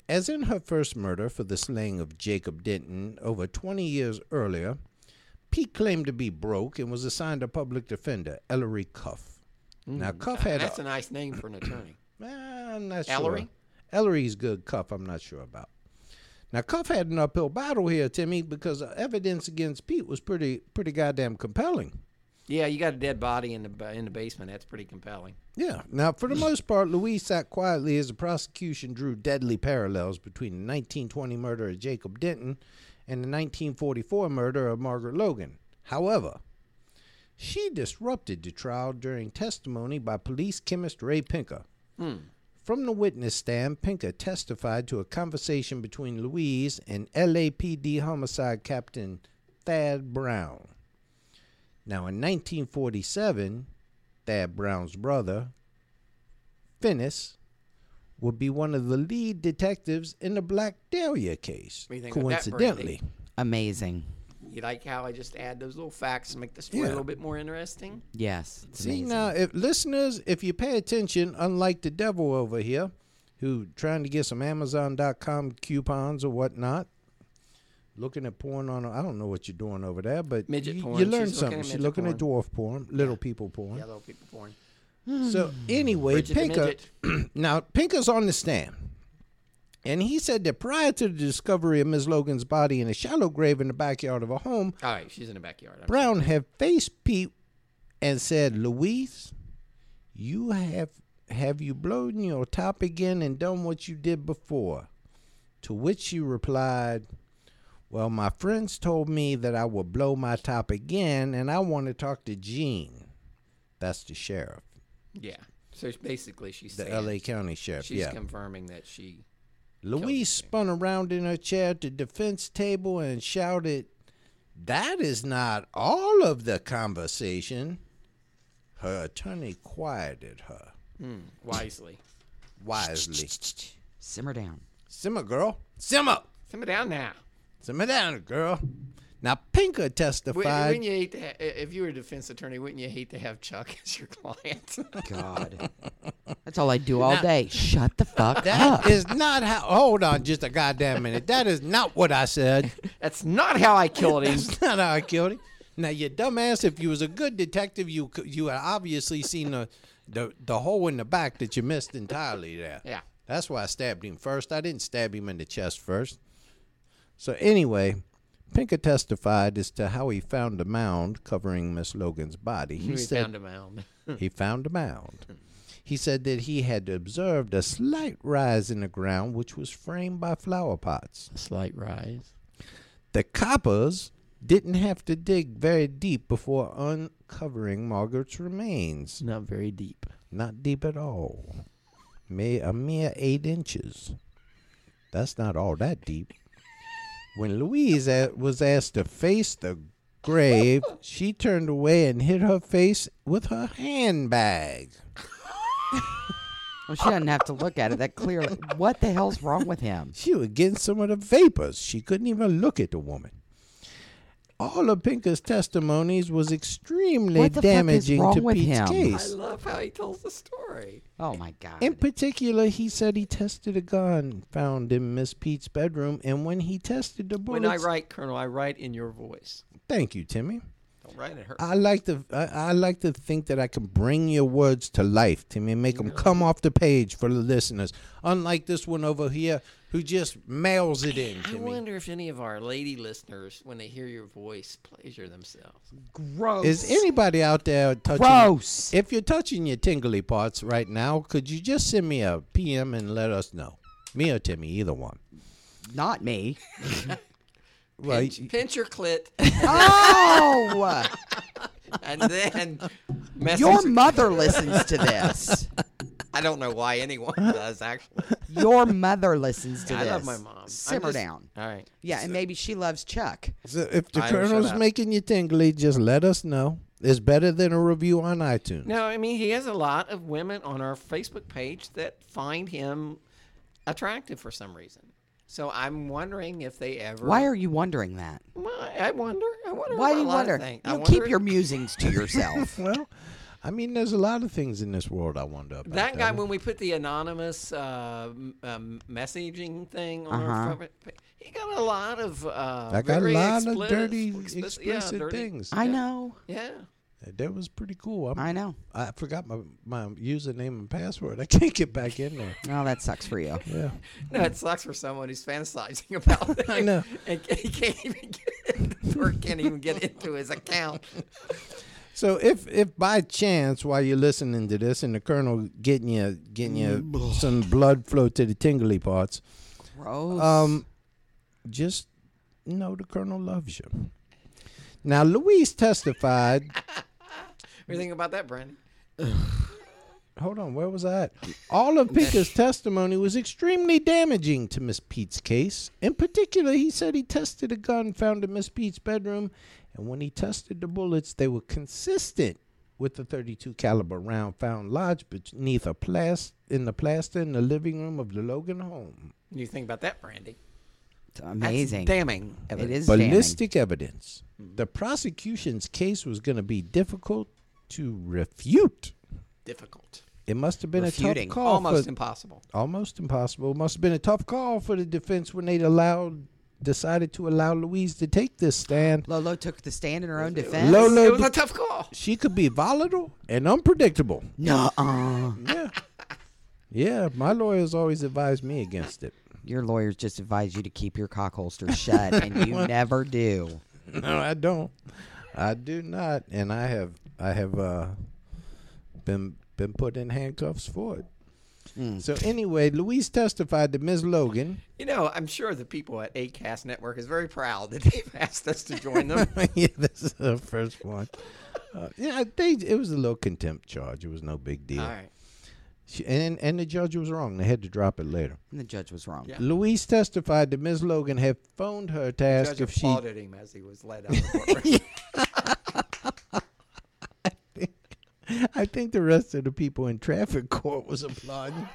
As in her first murder for the slaying of Jacob Denton over 20 years earlier, Pete claimed to be broke and was assigned a public defender, Ellery Cuff. Now, Cuff had
Mm, uh, That's
a,
a nice name for an attorney.
Eh, I'm not
Ellery?
sure. Ellery's good. Cuff, I'm not sure about. Now, Cuff had an uphill battle here, Timmy, because the evidence against Pete was pretty, pretty goddamn compelling.
Yeah, you got a dead body in the ba- in the basement. That's pretty compelling.
Yeah. Now, for the most part, Louise sat quietly as the prosecution drew deadly parallels between the 1920 murder of Jacob Denton and the 1944 murder of Margaret Logan. However, she disrupted the trial during testimony by police chemist Ray Pinker.
Hmm.
From the witness stand, Pinker testified to a conversation between Louise and LAPD homicide captain Thad Brown. Now, in 1947, Thad Brown's brother, Finnis, would be one of the lead detectives in the Black Dahlia case.
What do you think about that,
coincidentally,
Amazing.
You like how I just add those little facts to make the story
Yeah.
a little bit more interesting?
Mm-hmm. Yes. it's
See
amazing.
now, if listeners, if you pay attention, unlike the devil over here, who trying to get some Amazon.com coupons or whatnot, looking at porn on. I don't know what you're doing over there, but
Midget
you,
porn.
you learn
She's looking
something.
at
She's
midget
looking at dwarf porn, little people porn.
Yeah, little people porn.
So anyway,
Bridget the
Pinker. now Pinker's on the stand, and he said that prior to the discovery of Ms. Logan's body in a shallow grave in the backyard of her home,
All right, she's in the backyard. I'm-
Brown had faced Pete and said, "Louise, you have have you blown your top again and done what you did before?" To which she replied, "Well, my friends told me that I would blow my top again, and I want to talk to Gene. That's the sheriff."
Yeah. So it's basically, she's
the
saying-
LA County Sheriff.
She's
yeah.
confirming that she.
Louise spun around in her chair at the defense table and shouted, That is not all of the conversation. Her attorney quieted her
Hmm, wisely.
wisely.
Simmer down.
Simmer, girl. Simmer.
Simmer down now.
Simmer down, girl. Now, Pinker
Wou-
testified.
Wouldn't you hate to ha- i- if you were a defense attorney? Wouldn't you hate to have Chuck as your client?
God. That's all I do all day. Shut the fuck up.
that is not how. Hold on just a goddamn minute. That is not what I said.
That's not how I killed him.
That's not how I killed him. Now you dumbass, if you was a good detective, you cou- you had obviously seen the the, the hole in the back that you missed entirely there.
Yeah.
That's why I stabbed him first. I didn't stab him in the chest first. So anyway, Pinker testified as to how he found a mound covering Miss Logan's body. He
we
said
found him out.
he found a mound. He said that he had observed a slight rise in the ground which was framed by flower pots.
Slight rise.
The coppers didn't have to dig very deep before uncovering Margaret's remains.
Not very deep.
Not deep at all. May a mere eight inches. That's not all that deep. When Louise a- was asked to face the grave, she turned away and hit her face with her handbag.
Well, she doesn't have to look at it that clearly. What the hell's wrong with him?
She was getting some of the vapors. She couldn't even look at the woman. All of Pinker's testimonies was extremely
What the fuck is
damaging
wrong
to
with
Pete's
him?
I
case.
love how he tells the story.
Oh my god.
In particular, he said he tested a gun found in Miss Pete's bedroom, and when he tested the bullets,
When I write, Colonel, I write in your voice.
thank you, Timmy.
Don't write in her.
I like to I, I like to think that I can bring your words to life, Timmy, and make them come off the page for the listeners. Unlike this one over here, who just mails it in.
I
Timmy.
wonder if any of our lady listeners, when they hear your voice, pleasure themselves.
Gross.
Is anybody out there touching?
Gross.
If you're touching your tingly parts right now, could you just send me a PM and let us know? Me or Timmy, either one.
Not me.
Well,
Pinch, pinch your clit,
Oh,
and then message.
your mother listens to this.
I don't know why anyone does actually.
Your mother listens to
I
this.
love my mom. I'm
Simmer
just-
down.
All right.
Yeah, and maybe she loves Chuck.
so if the
I will shut
colonel's
up.
making you tingly, just let us know. It's better than a review on iTunes.
No, I mean he has a lot of women on our Facebook page that find him attractive for some reason. So I'm wondering if they ever.
Why are you wondering that?
Well, I I wonder. I wonder.
Why
about
do you
a lot of
wonder?
things. I
You
wonder
keep your musings to yourself.
Well, I mean, there's a lot of things in this world I wonder about.
That guy,
doesn't
when we put the anonymous uh, m- um, messaging thing on our front, pa- he got a lot of uh,
I Uh-huh. got a
very
lot of
explicit-
dirty,
explici-
explicit
yeah, dirty-
things.
I know.
Yeah,
that was pretty cool. I'm,
I know.
I forgot my my username and password. I can't get back in there.
Oh, that sucks for you.
Yeah,
no, it sucks for someone who's fantasizing about that.
I know.
and ca- he can't even get in, or can't even get into his account.
So if if by chance while you're listening to this and the colonel getting you getting you some blood flow to the tingly parts,
Gross.
um, just know the colonel loves you. Now Louise testified.
What do you think about that, Brandon?
Hold on, where was I at? All of Pinker's testimony was extremely damaging to Miss Pete's case. In particular, he said he tested a gun found in Miss Pete's bedroom, and when he tested the bullets, they were consistent with the 32 caliber round found lodged beneath a plas in the plaster in the living room of the Logan home.
What do you think about that, Brandy?
It's amazing.
damning.
it is ballistic.
Ballistic evidence. The prosecution's case was going to be difficult to refute.
Difficult.
It must have been
Refuting.
a tough call
Almost
for-
impossible.
almost impossible. Must have been a tough call for the defense when they allowed decided to allow Louise to take this stand.
Lolo took the stand in her own defense.
Lolo-
It was a tough call.
She could be volatile and unpredictable.
Nuh-uh.
Yeah. Yeah, my lawyers always advise me against it.
Your lawyers just advise you to keep your cock holster shut, and you never do.
No, I don't. I do not, and I have I have uh, been been put in handcuffs for it.
Hmm.
So anyway, Louise testified to Ms. Logan.
You know, I'm sure the people at ACAST Network is very proud that they've asked us to join them.
yeah, this is the first one. Uh, yeah, they, it was a little contempt charge. It was no big deal.
All right.
She, and and the judge was wrong. They had to drop it later.
And the judge was wrong.
Louise testified that Ms. Logan had phoned her to ask
Judge
if she.
applauded him as he was led out of the courtroom.
I think the rest of the people in traffic court was applauding.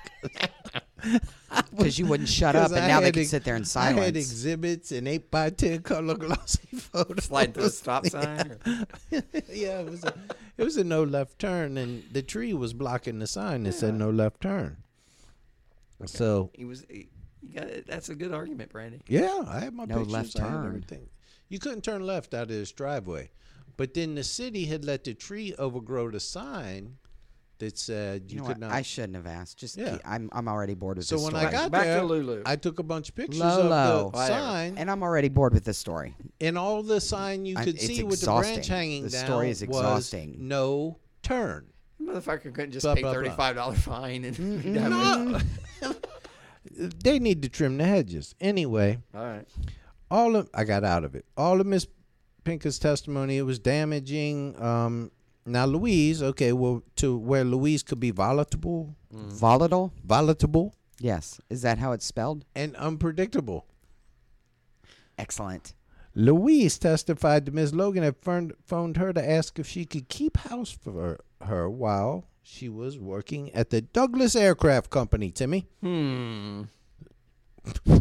Because you wouldn't shut up,
'cause
and
I
now they
had
can
ex-
sit there in
I had
silence.
exhibits and eight by ten color glossy photos.
Slide to the stop sign. or-
yeah, it was a it was a no left turn, and the tree was blocking the sign that said no left turn. So
He was. He, you got it. That's a good argument, Brandy.
Yeah, I had my
No
pictures.
left
I had
turn.
everything. You couldn't turn left out of this driveway, but then the city had let the tree overgrow the sign that said you,
you know
could
what?
not.
I shouldn't have asked. Just
Yeah.
keep- I'm I'm already bored with
so
this
when
story.
I got
Back to
there,
Lulu.
I took a bunch of pictures
Lolo.
of the sign, and,
and I'm already bored with this story.
all the sign you
I-
could
it's
see with the branch
exhausting.
hanging
The
down
story is
was
exhausting.
no turn.
Motherfucker couldn't just
Blah,
pay
blah, blah.
thirty-five dollar fine and. be done with
Mm.
No. they need to trim the hedges anyway.
it. All right.
all of I got out of it. All of Miss Pinker's testimony, it was damaging. Um, now Louise, okay, well, to where Louise could be volatile,
Volatile?
volatile,
Yes. Is that how it's spelled?
and unpredictable.
Excellent.
Louise testified that Ms. Logan had phoned, phoned her to ask if she could keep house for her, her while she was working at the Douglas Aircraft Company, Timmy.
Hmm.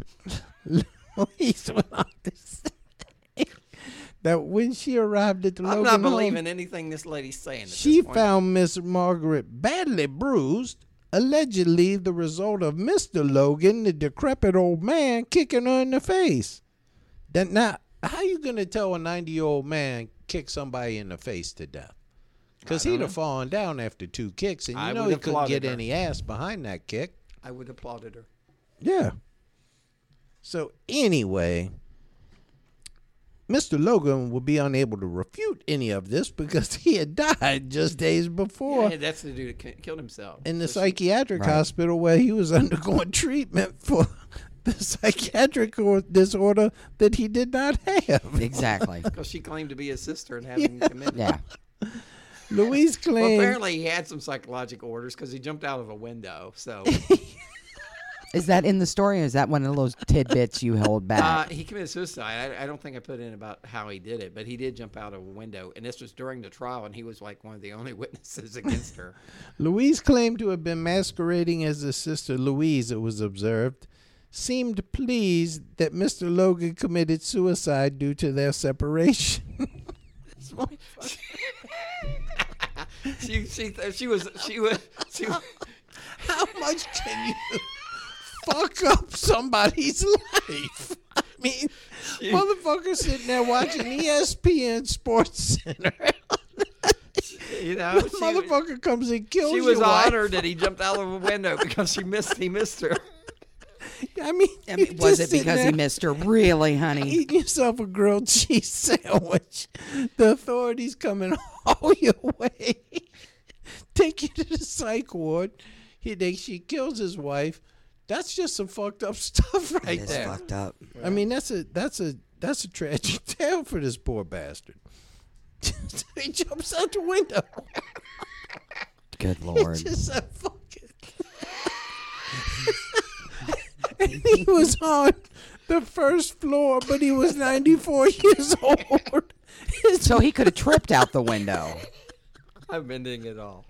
Louise went on to say that when she arrived at the
I'm
Logan
not
home,
believing anything this lady's saying. At
she
this point.
found Miss Margaret badly bruised, allegedly the result of Mr. Logan, the decrepit old man, kicking her in the face. That now, how you gonna tell a ninety-year-old man kick somebody in the face to death? Because he'd have fallen down after two kicks, and you
I
know
would
he
have
couldn't
applauded
get
her.
any ass behind that kick.
I would have applauded her.
Yeah. So anyway, Mr. Logan would be unable to refute any of this because he had died just days before
Yeah, that's the dude that ki- killed himself.
in the
So she-
psychiatric hospital where he was undergoing treatment for the psychiatric or- disorder that he did not have.
Exactly.
Because she claimed to be his sister and having committed.
yeah.
Louise
Well,
claimed
apparently he had some psychological orders because he jumped out of a window. So
Is that in the story or is that one of those tidbits you hold
uh,
back?
he committed suicide. I, I don't think I put in about how he did it, but he did jump out of a window, and this was during the trial, and he was like one of the only witnesses against her.
Louise claimed to have been masquerading as his sister Louise, it was observed, seemed pleased that Mr. Logan committed suicide due to their separation.
she, she, she was, she was, she was.
How much can you fuck up somebody's life? I mean, motherfucker sitting there watching E ESPN Sports Center.
You know, she, was-
motherfucker comes and kills
she
your
was
wife.
honored that he jumped out of a window because she missed. He missed her.
I mean,
I
you're
mean, was
just
it
sitting
because he
there-
missed her? Really, honey?
eating yourself a grilled cheese sandwich. The authorities coming all your way. Take you to the psych ward. He they, she kills his wife. That's just some fucked up stuff right
It's
there.
fucked up.
I mean, that's a that's a that's a tragic tale for this poor bastard. he jumps out the window.
Good lord.
Just said, fuck it. and he was on the first floor, but he was 94 years old. His,
So he could have tripped out the window.
I'm ending it all.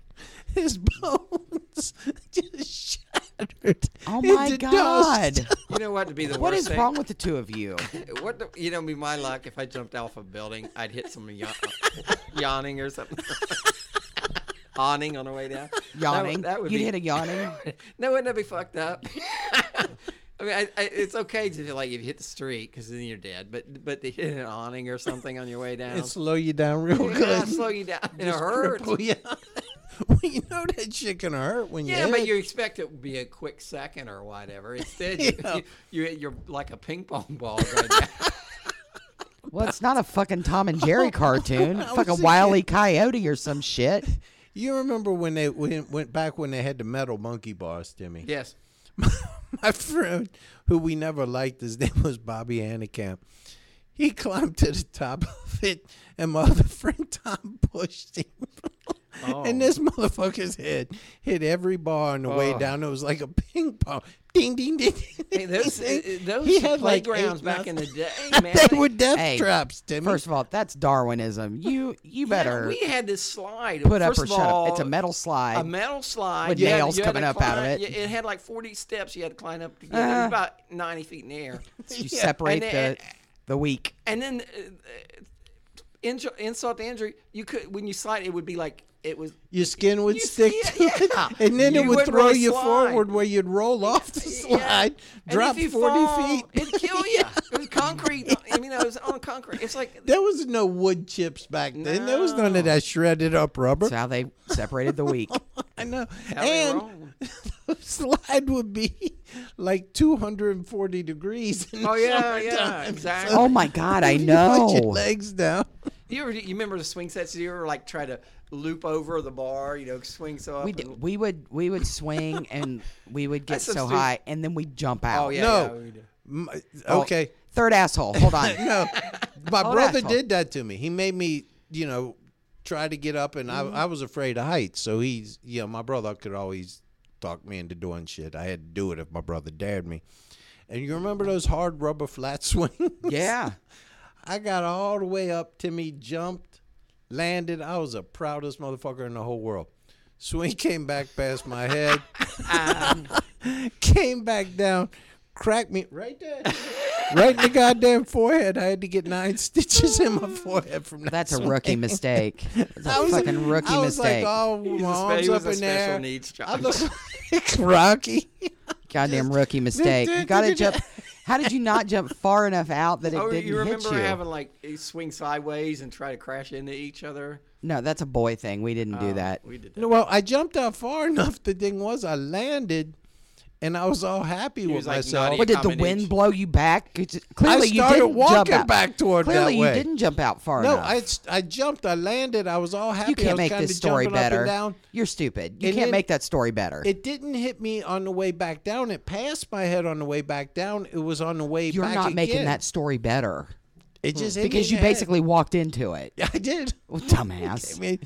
his bones just shattered.
Oh my
into dust.
god.
You know what? To be the
What
worst
is
thing?
wrong with the two of you?
What the, you know, be my luck if I jumped off a building, I'd hit some yawn, yawning or something. Awning on the way down. That would-
Yawning.
That would,
You'd
be,
hit a yawning.
No, wouldn't that be fucked up? I mean, I, I, it's okay to feel like if you hit the street because then you're dead. But but to hit an awning or something on your way down,
It slow you down real
Yeah,
good.
slow you down. It hurts.
Cripple you. well, you know that shit gonna hurt when you
Yeah,
hit
but
it.
you expect it would be a quick second or whatever. Instead, you,
Yeah.
you, you hit your like a ping pong ball going down.
Well, it's not a fucking Tom and Jerry cartoon.
Oh, was
fucking
thinking-
Wile E. Coyote or some shit.
You remember when they went, went back when they had the metal monkey bars, Timmy?
yes.
my friend who we never liked, his name was Bobby Anacamp. He climbed to the top of it, and my other friend Tom pushed him. And
Oh.
this motherfucker's head hit every bar on the way down. It was like a ping pong. Ding, ding, ding.
Hey, those uh,
ding, ding.
those
He had like eight
playgrounds back in the
nothing.
day, man.
They were death
Hey,
traps, Timmy.
First of all, that's Darwinism. You
Yeah,
you better
we had this slide.
put up
First
or
of
shut
all,
up. It's a metal slide.
A metal slide
With
You had-
nails
you had to
coming up out of
climb-
it. Uh-huh.
yeah, It had like 40 steps you had to climb up to get it was about 90 feet in the air.
you separate
And then-
the the weak.
And then, uh, inju- insult to injury, you could when you slide, it would be like it was.
Your skin would
You
stick
see-
to
yeah,
it,
yeah.
and then it
You
would
wouldn't
throw
really
you
slide.
forward where you'd roll off the
Yeah.
slide,
And
drop
if you
40
fall,
feet.
It'd kill you. It was concrete. I mean, it was on concrete. It's like
There was no wood chips back then. There was none of that shredded up rubber.
That's how they separated the weak.
I know.
they were
and
wrong.
the slide would be like 240 degrees. In
Oh,
the
yeah,
summertime.
yeah, exactly.
Oh my god, I
You put your
know.
legs down.
you ever. You remember the swing sets? You ever like try to loop over the bar? You know, swing so up.
We,
and-
d- we would we would swing and we would get
That's some
so
stupid-
high and then we'd jump out.
oh yeah.
No.
yeah, we did.
M-
Oh,
Okay.
Third asshole. Hold on.
No, my
Oh,
brother
that's all.
did that to me. He made me, you know, try to get up, and I, I was afraid of heights. So he's, you know, my brother could always talk me into doing shit. I had to do it if my brother dared me. And you remember those hard rubber flat swings?
Yeah.
I got all the way up. Timmy jumped, landed. I was the proudest motherfucker in the whole world. Swing came back past my head, came back down, cracked me right there, right in the goddamn forehead. I had to get nine stitches in my forehead from that.
That's a
swing.
rookie mistake. That's a
I was
fucking rookie
I was
mistake.
like, oh,
He's a
my
spe-
arms
he was
up
a
in
special
there.
needs
I
child.
look like Rocky.
Goddamn rookie mistake. You gotta jump. How did you not jump far enough out that it
oh,
didn't
you remember
hit you?
having like you swing sideways and try to crash into each other?
no, that's a boy thing. We didn't
Oh,
do that.
We did that.
No, well, I jumped out far enough. The thing was, I landed, and I was all happy with
was like,
myself.
"Naughty,
What did the
Combination.
wind blow you back? Could you- Clearly, you
started
didn't jump
walking
out.
back toward that
Clearly,
way.
you didn't jump out far
no,
enough.
I, I jumped. I landed. I was all happy.
you
I
can't
was
make
kinda
this story
jumping up and
better.
down.
You're stupid. You
And
can't
then-
make that story better.
It didn't hit me on the way back down. It passed my head on the way back down. It was on the way
You're
back
not making
again.
that story better
It just hit me
because
in
you
the head.
basically walked into it.
I did.
Well, dumbass.
I mean,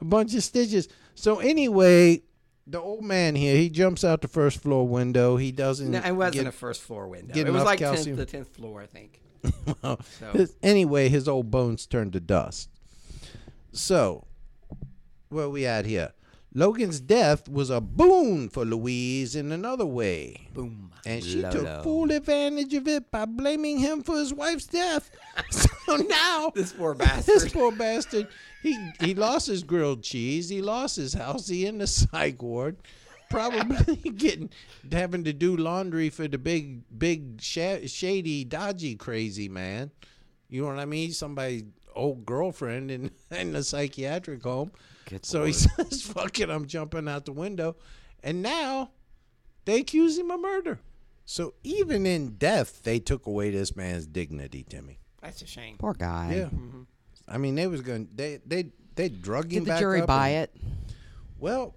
a bunch of stitches. So anyway, the old man here, he jumps out the first floor window. He doesn't.
No, it wasn't
Mm, get-
a first floor window.
get
It was
enough
like tenth,
calcium.
the tenth floor, I think. so.
His- anyway, his old bones turned to dust. So, where we at here? Logan's death was a boon for Louise in another way. Boom. And she took full advantage of it by blaming him for his wife's death. so now
This poor
this
bastard.
poor bastard. He he lost his grilled cheese. He lost his house. He in the psych ward, probably getting having to do laundry for the big big sha- shady dodgy crazy man. You know what I mean? Somebody old girlfriend in in the psychiatric home. so he says, "Fuck it, I'm jumping out the window," and now they accuse him of murder. So even in death, they took away this man's dignity, Timmy.
That's a shame.
Poor guy.
Yeah. I mean, they was going to they they they drug him
Did the
back
jury
up
buy
and-
it?
Well,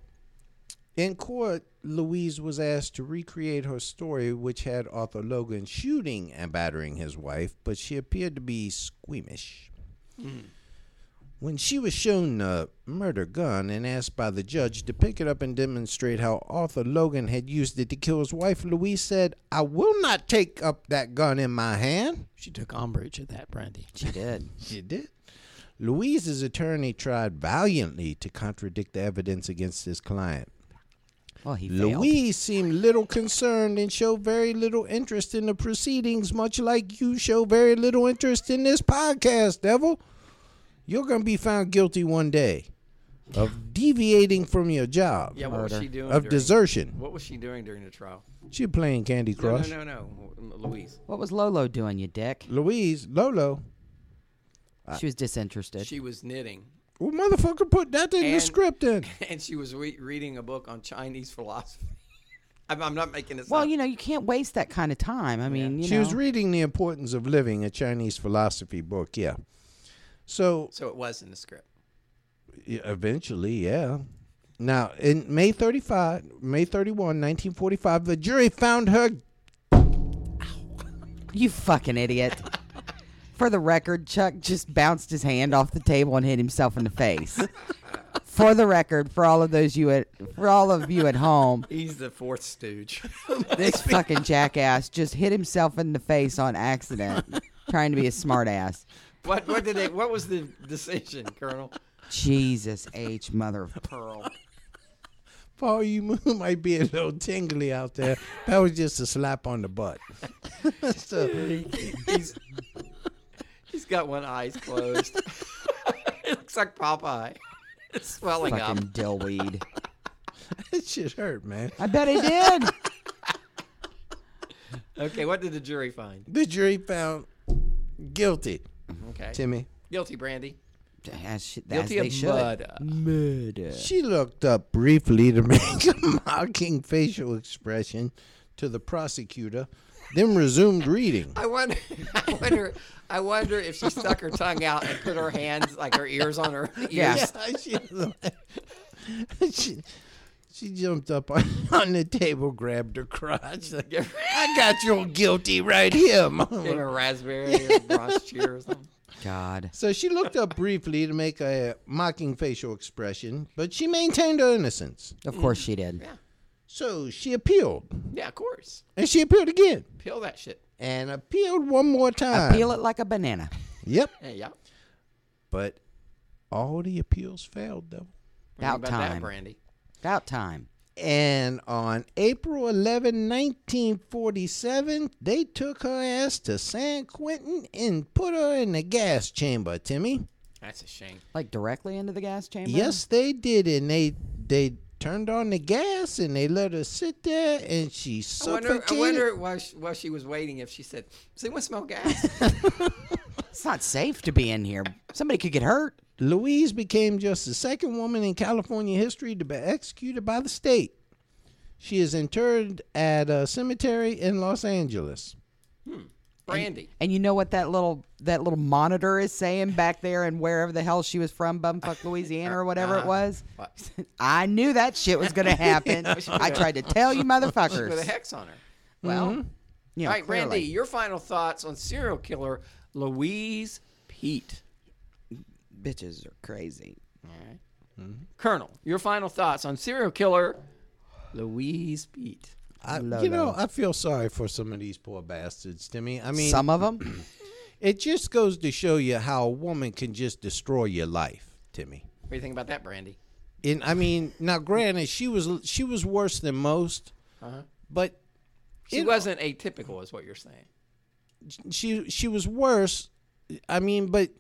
in court, Louise was asked to recreate her story which had Arthur Logan shooting and battering his wife, but she appeared to be squeamish. When she was shown the murder gun and asked by the judge to pick it up and demonstrate how Arthur Logan had used it to kill his wife, Louise said, "I will not take up that gun in my hand."
She took umbrage at that, Brandy.
She did.
She did. Louise's attorney tried valiantly to contradict the evidence against his client.
Well, he failed.
Louise seemed little concerned and showed very little interest in the proceedings, much like you show very little interest in this podcast, devil. You're going to be found guilty one day of deviating from your job,
Yeah, what was she doing?
of
during-
desertion.
What was she doing during the trial?
She playing Candy
No,
Crush.
no, no, no, Louise.
What was Lolo doing, you dick?
Louise, Lolo.
She was disinterested.
She was knitting,
Well, motherfucker, put that in the
And-
script then.
and she was re- reading a book on Chinese philosophy. I'm, I'm not making this
well,
up.
you know, you can't waste that kind of time. I mean, you
she
know.
was reading The Importance of Living, a Chinese philosophy book. Yeah. So
so it was in the script.
e- eventually, yeah. Now, in May 35, May 31, 1945, the jury found her.
You fucking idiot. For the record, Chuck just bounced his hand off the table and hit himself in the face. for the record, for all of those you at for all of you at home,
He's the fourth stooge.
this fucking jackass just hit himself in the face on accident, trying to be a smartass.
what what did they? What was the decision, Colonel?
Jesus H mother of pearl.
Paul, you might be a little tingly out there. That was just a slap on the butt. so,
He's he's got one eye's closed. it looks like Popeye. It's swelling up.
Fucking dillweed.
that shit hurt, man.
I bet it did.
Okay, what did the jury find?
The jury found guilty,
Okay,
Timmy.
guilty, Brandy.
As she, as
Guilty
they
of
should.
murder.
Murder.
She looked up briefly to make a mocking facial expression to the prosecutor, then resumed reading.
I wonder. I wonder. I wonder if she stuck her tongue out and put her hands, like her ears, on her ears.
Yeah.
she, she, she jumped up on, on the table, grabbed her crotch. Like, I got your guilty right here,
In
mama.
a raspberry or bronze cheer or something.
God.
So she looked up briefly to make a mocking facial expression, but she maintained her innocence.
Of course she did.
So she appealed,
Yeah, of course.
and she appealed again,
Peel that shit.
and appealed one more time.
Peel it like a banana.
Yep.
Yeah.
But all the appeals failed, though.
About
about that,
time.
Brandy.
About time.
And on April 11, 1947, they took her ass to San Quentin and put her in the gas chamber, Timmy.
That's a shame.
Like directly into the gas chamber?
Yes, they did. And they they turned on the gas and they let her sit there and she
I
suffocated.
wonder, I wonder why, she, why she was waiting if she said, Does to smell gas?
It's not safe to be in here. Somebody could get hurt.
Louise became just the second woman in California history to be executed by the state. She is interred at a cemetery in Los Angeles.
Brandy.
And you know what that little that little monitor is saying back there and wherever the hell she was from, bumfuck Louisiana or whatever it was? I knew that shit was gonna happen. I tried to tell you
With a
motherfuckers.
hex on her.
Well, you know,
All right, Brandy,
clearly.
your final thoughts on serial killer Louise Pete.
bitches are crazy.
Colonel, your final thoughts on serial killer Louise Pete.
I, you know, I feel sorry for some of these poor bastards, Timmy. I mean,
Some of them,
it just goes to show you how a woman can just destroy your life, Timmy.
What do you think about that, Brandy?
And I mean, now granted, she was she was worse than most, but
She wasn't atypical, is what you're saying.
she she was worse. I mean, but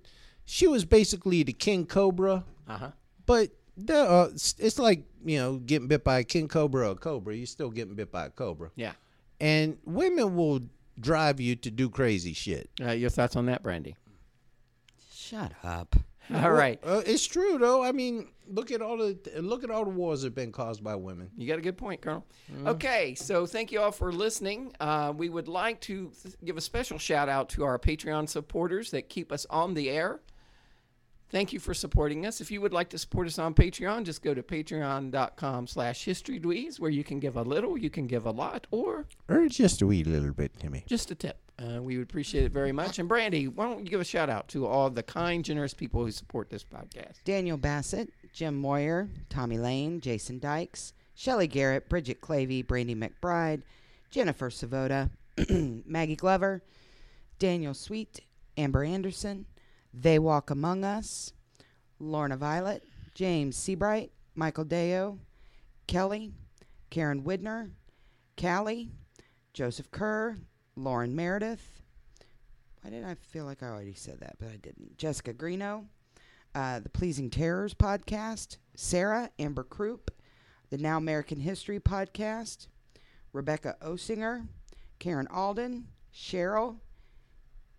she was basically the king cobra.
Uh-huh.
But there are, it's like you know getting bit by a king cobra or a cobra. You're still getting bit by a cobra.
Yeah.
And women will drive you to do crazy shit.
Uh, your thoughts on that, Brandy?
shut up.
All right.
Uh, it's true though. I mean, look at all the look at all the wars that have been caused by women.
You got a good point, Colonel. Okay, so thank you all for listening. Uh, we would like to th- give a special shout out to our Patreon supporters that keep us on the air. Thank you for supporting us. If you would like to support us on Patreon, just go to patreon.com slash historydweez where you can give a little, you can give a lot, or
Or just a wee little bit, Timmy.
just a tip. Uh, we would appreciate it very much. And Brandy, why don't you give a shout out to all the kind, generous people who support this podcast?
Daniel Bassett, Jim Moyer, Tommy Lane, Jason Dykes, Shelley Garrett, Bridget Clavey, Brandy McBride, Jennifer Savoda, Maggie Glover, Daniel Sweet, Amber Anderson, They Walk Among Us, Lorna Violet, James Seabright, Michael Deo, Kelly, Karen Widner, Callie, Joseph Kerr, Lauren Meredith. Why did I feel like I already said that, but I didn't? Jessica Greeno, uh, the Pleasing Terrors podcast, Sarah Amber Croup, the Now American History podcast, Rebecca Osinger, Karen Alden, Cheryl,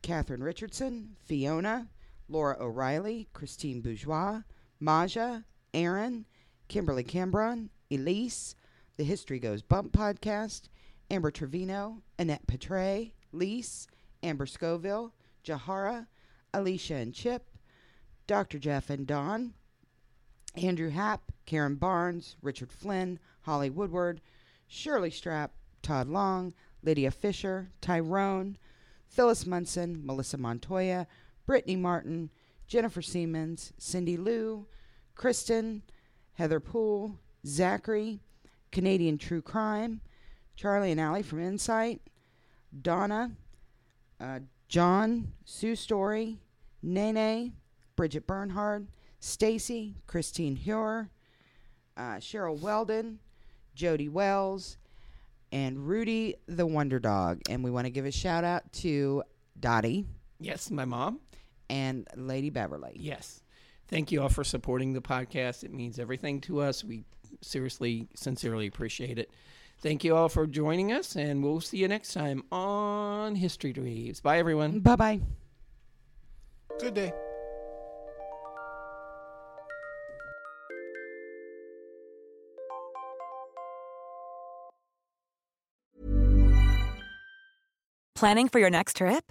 Catherine Richardson, Fiona, Laura O'Reilly, Christine Bourgeois, Maja, Aaron, Kimberly Cambron, Elise, the History Goes Bump podcast, Amber Trevino, Annette Petre, Lise, Amber Scoville, Jahara, Alicia and Chip, Dr. Jeff and Don, Andrew Happ, Karen Barnes, Richard Flynn, Holly Woodward, Shirley Strap, Todd Long, Lydia Fisher, Tyrone, Phyllis Munson, Melissa Montoya, Brittany Martin, Jennifer Siemens, Cindy Lou, Kristen, Heather Poole, Zachary, Canadian True Crime, Charlie and Allie from Insight, Donna, uh, John, Sue Story, Nene, Bridget Bernhard, Stacy, Christine Huer, uh, Cheryl Weldon, Jody Wells, and Rudy the Wonder Dog. And we want to give a shout out to Dottie
Yes, my mom.
and Lady Beverly.
Yes. Thank you all for supporting the podcast. It means everything to us. We seriously, sincerely appreciate it. Thank you all for joining us, and we'll see you next time on History Dweebs. Bye, everyone.
Bye bye.
Good day.
Planning for your next trip?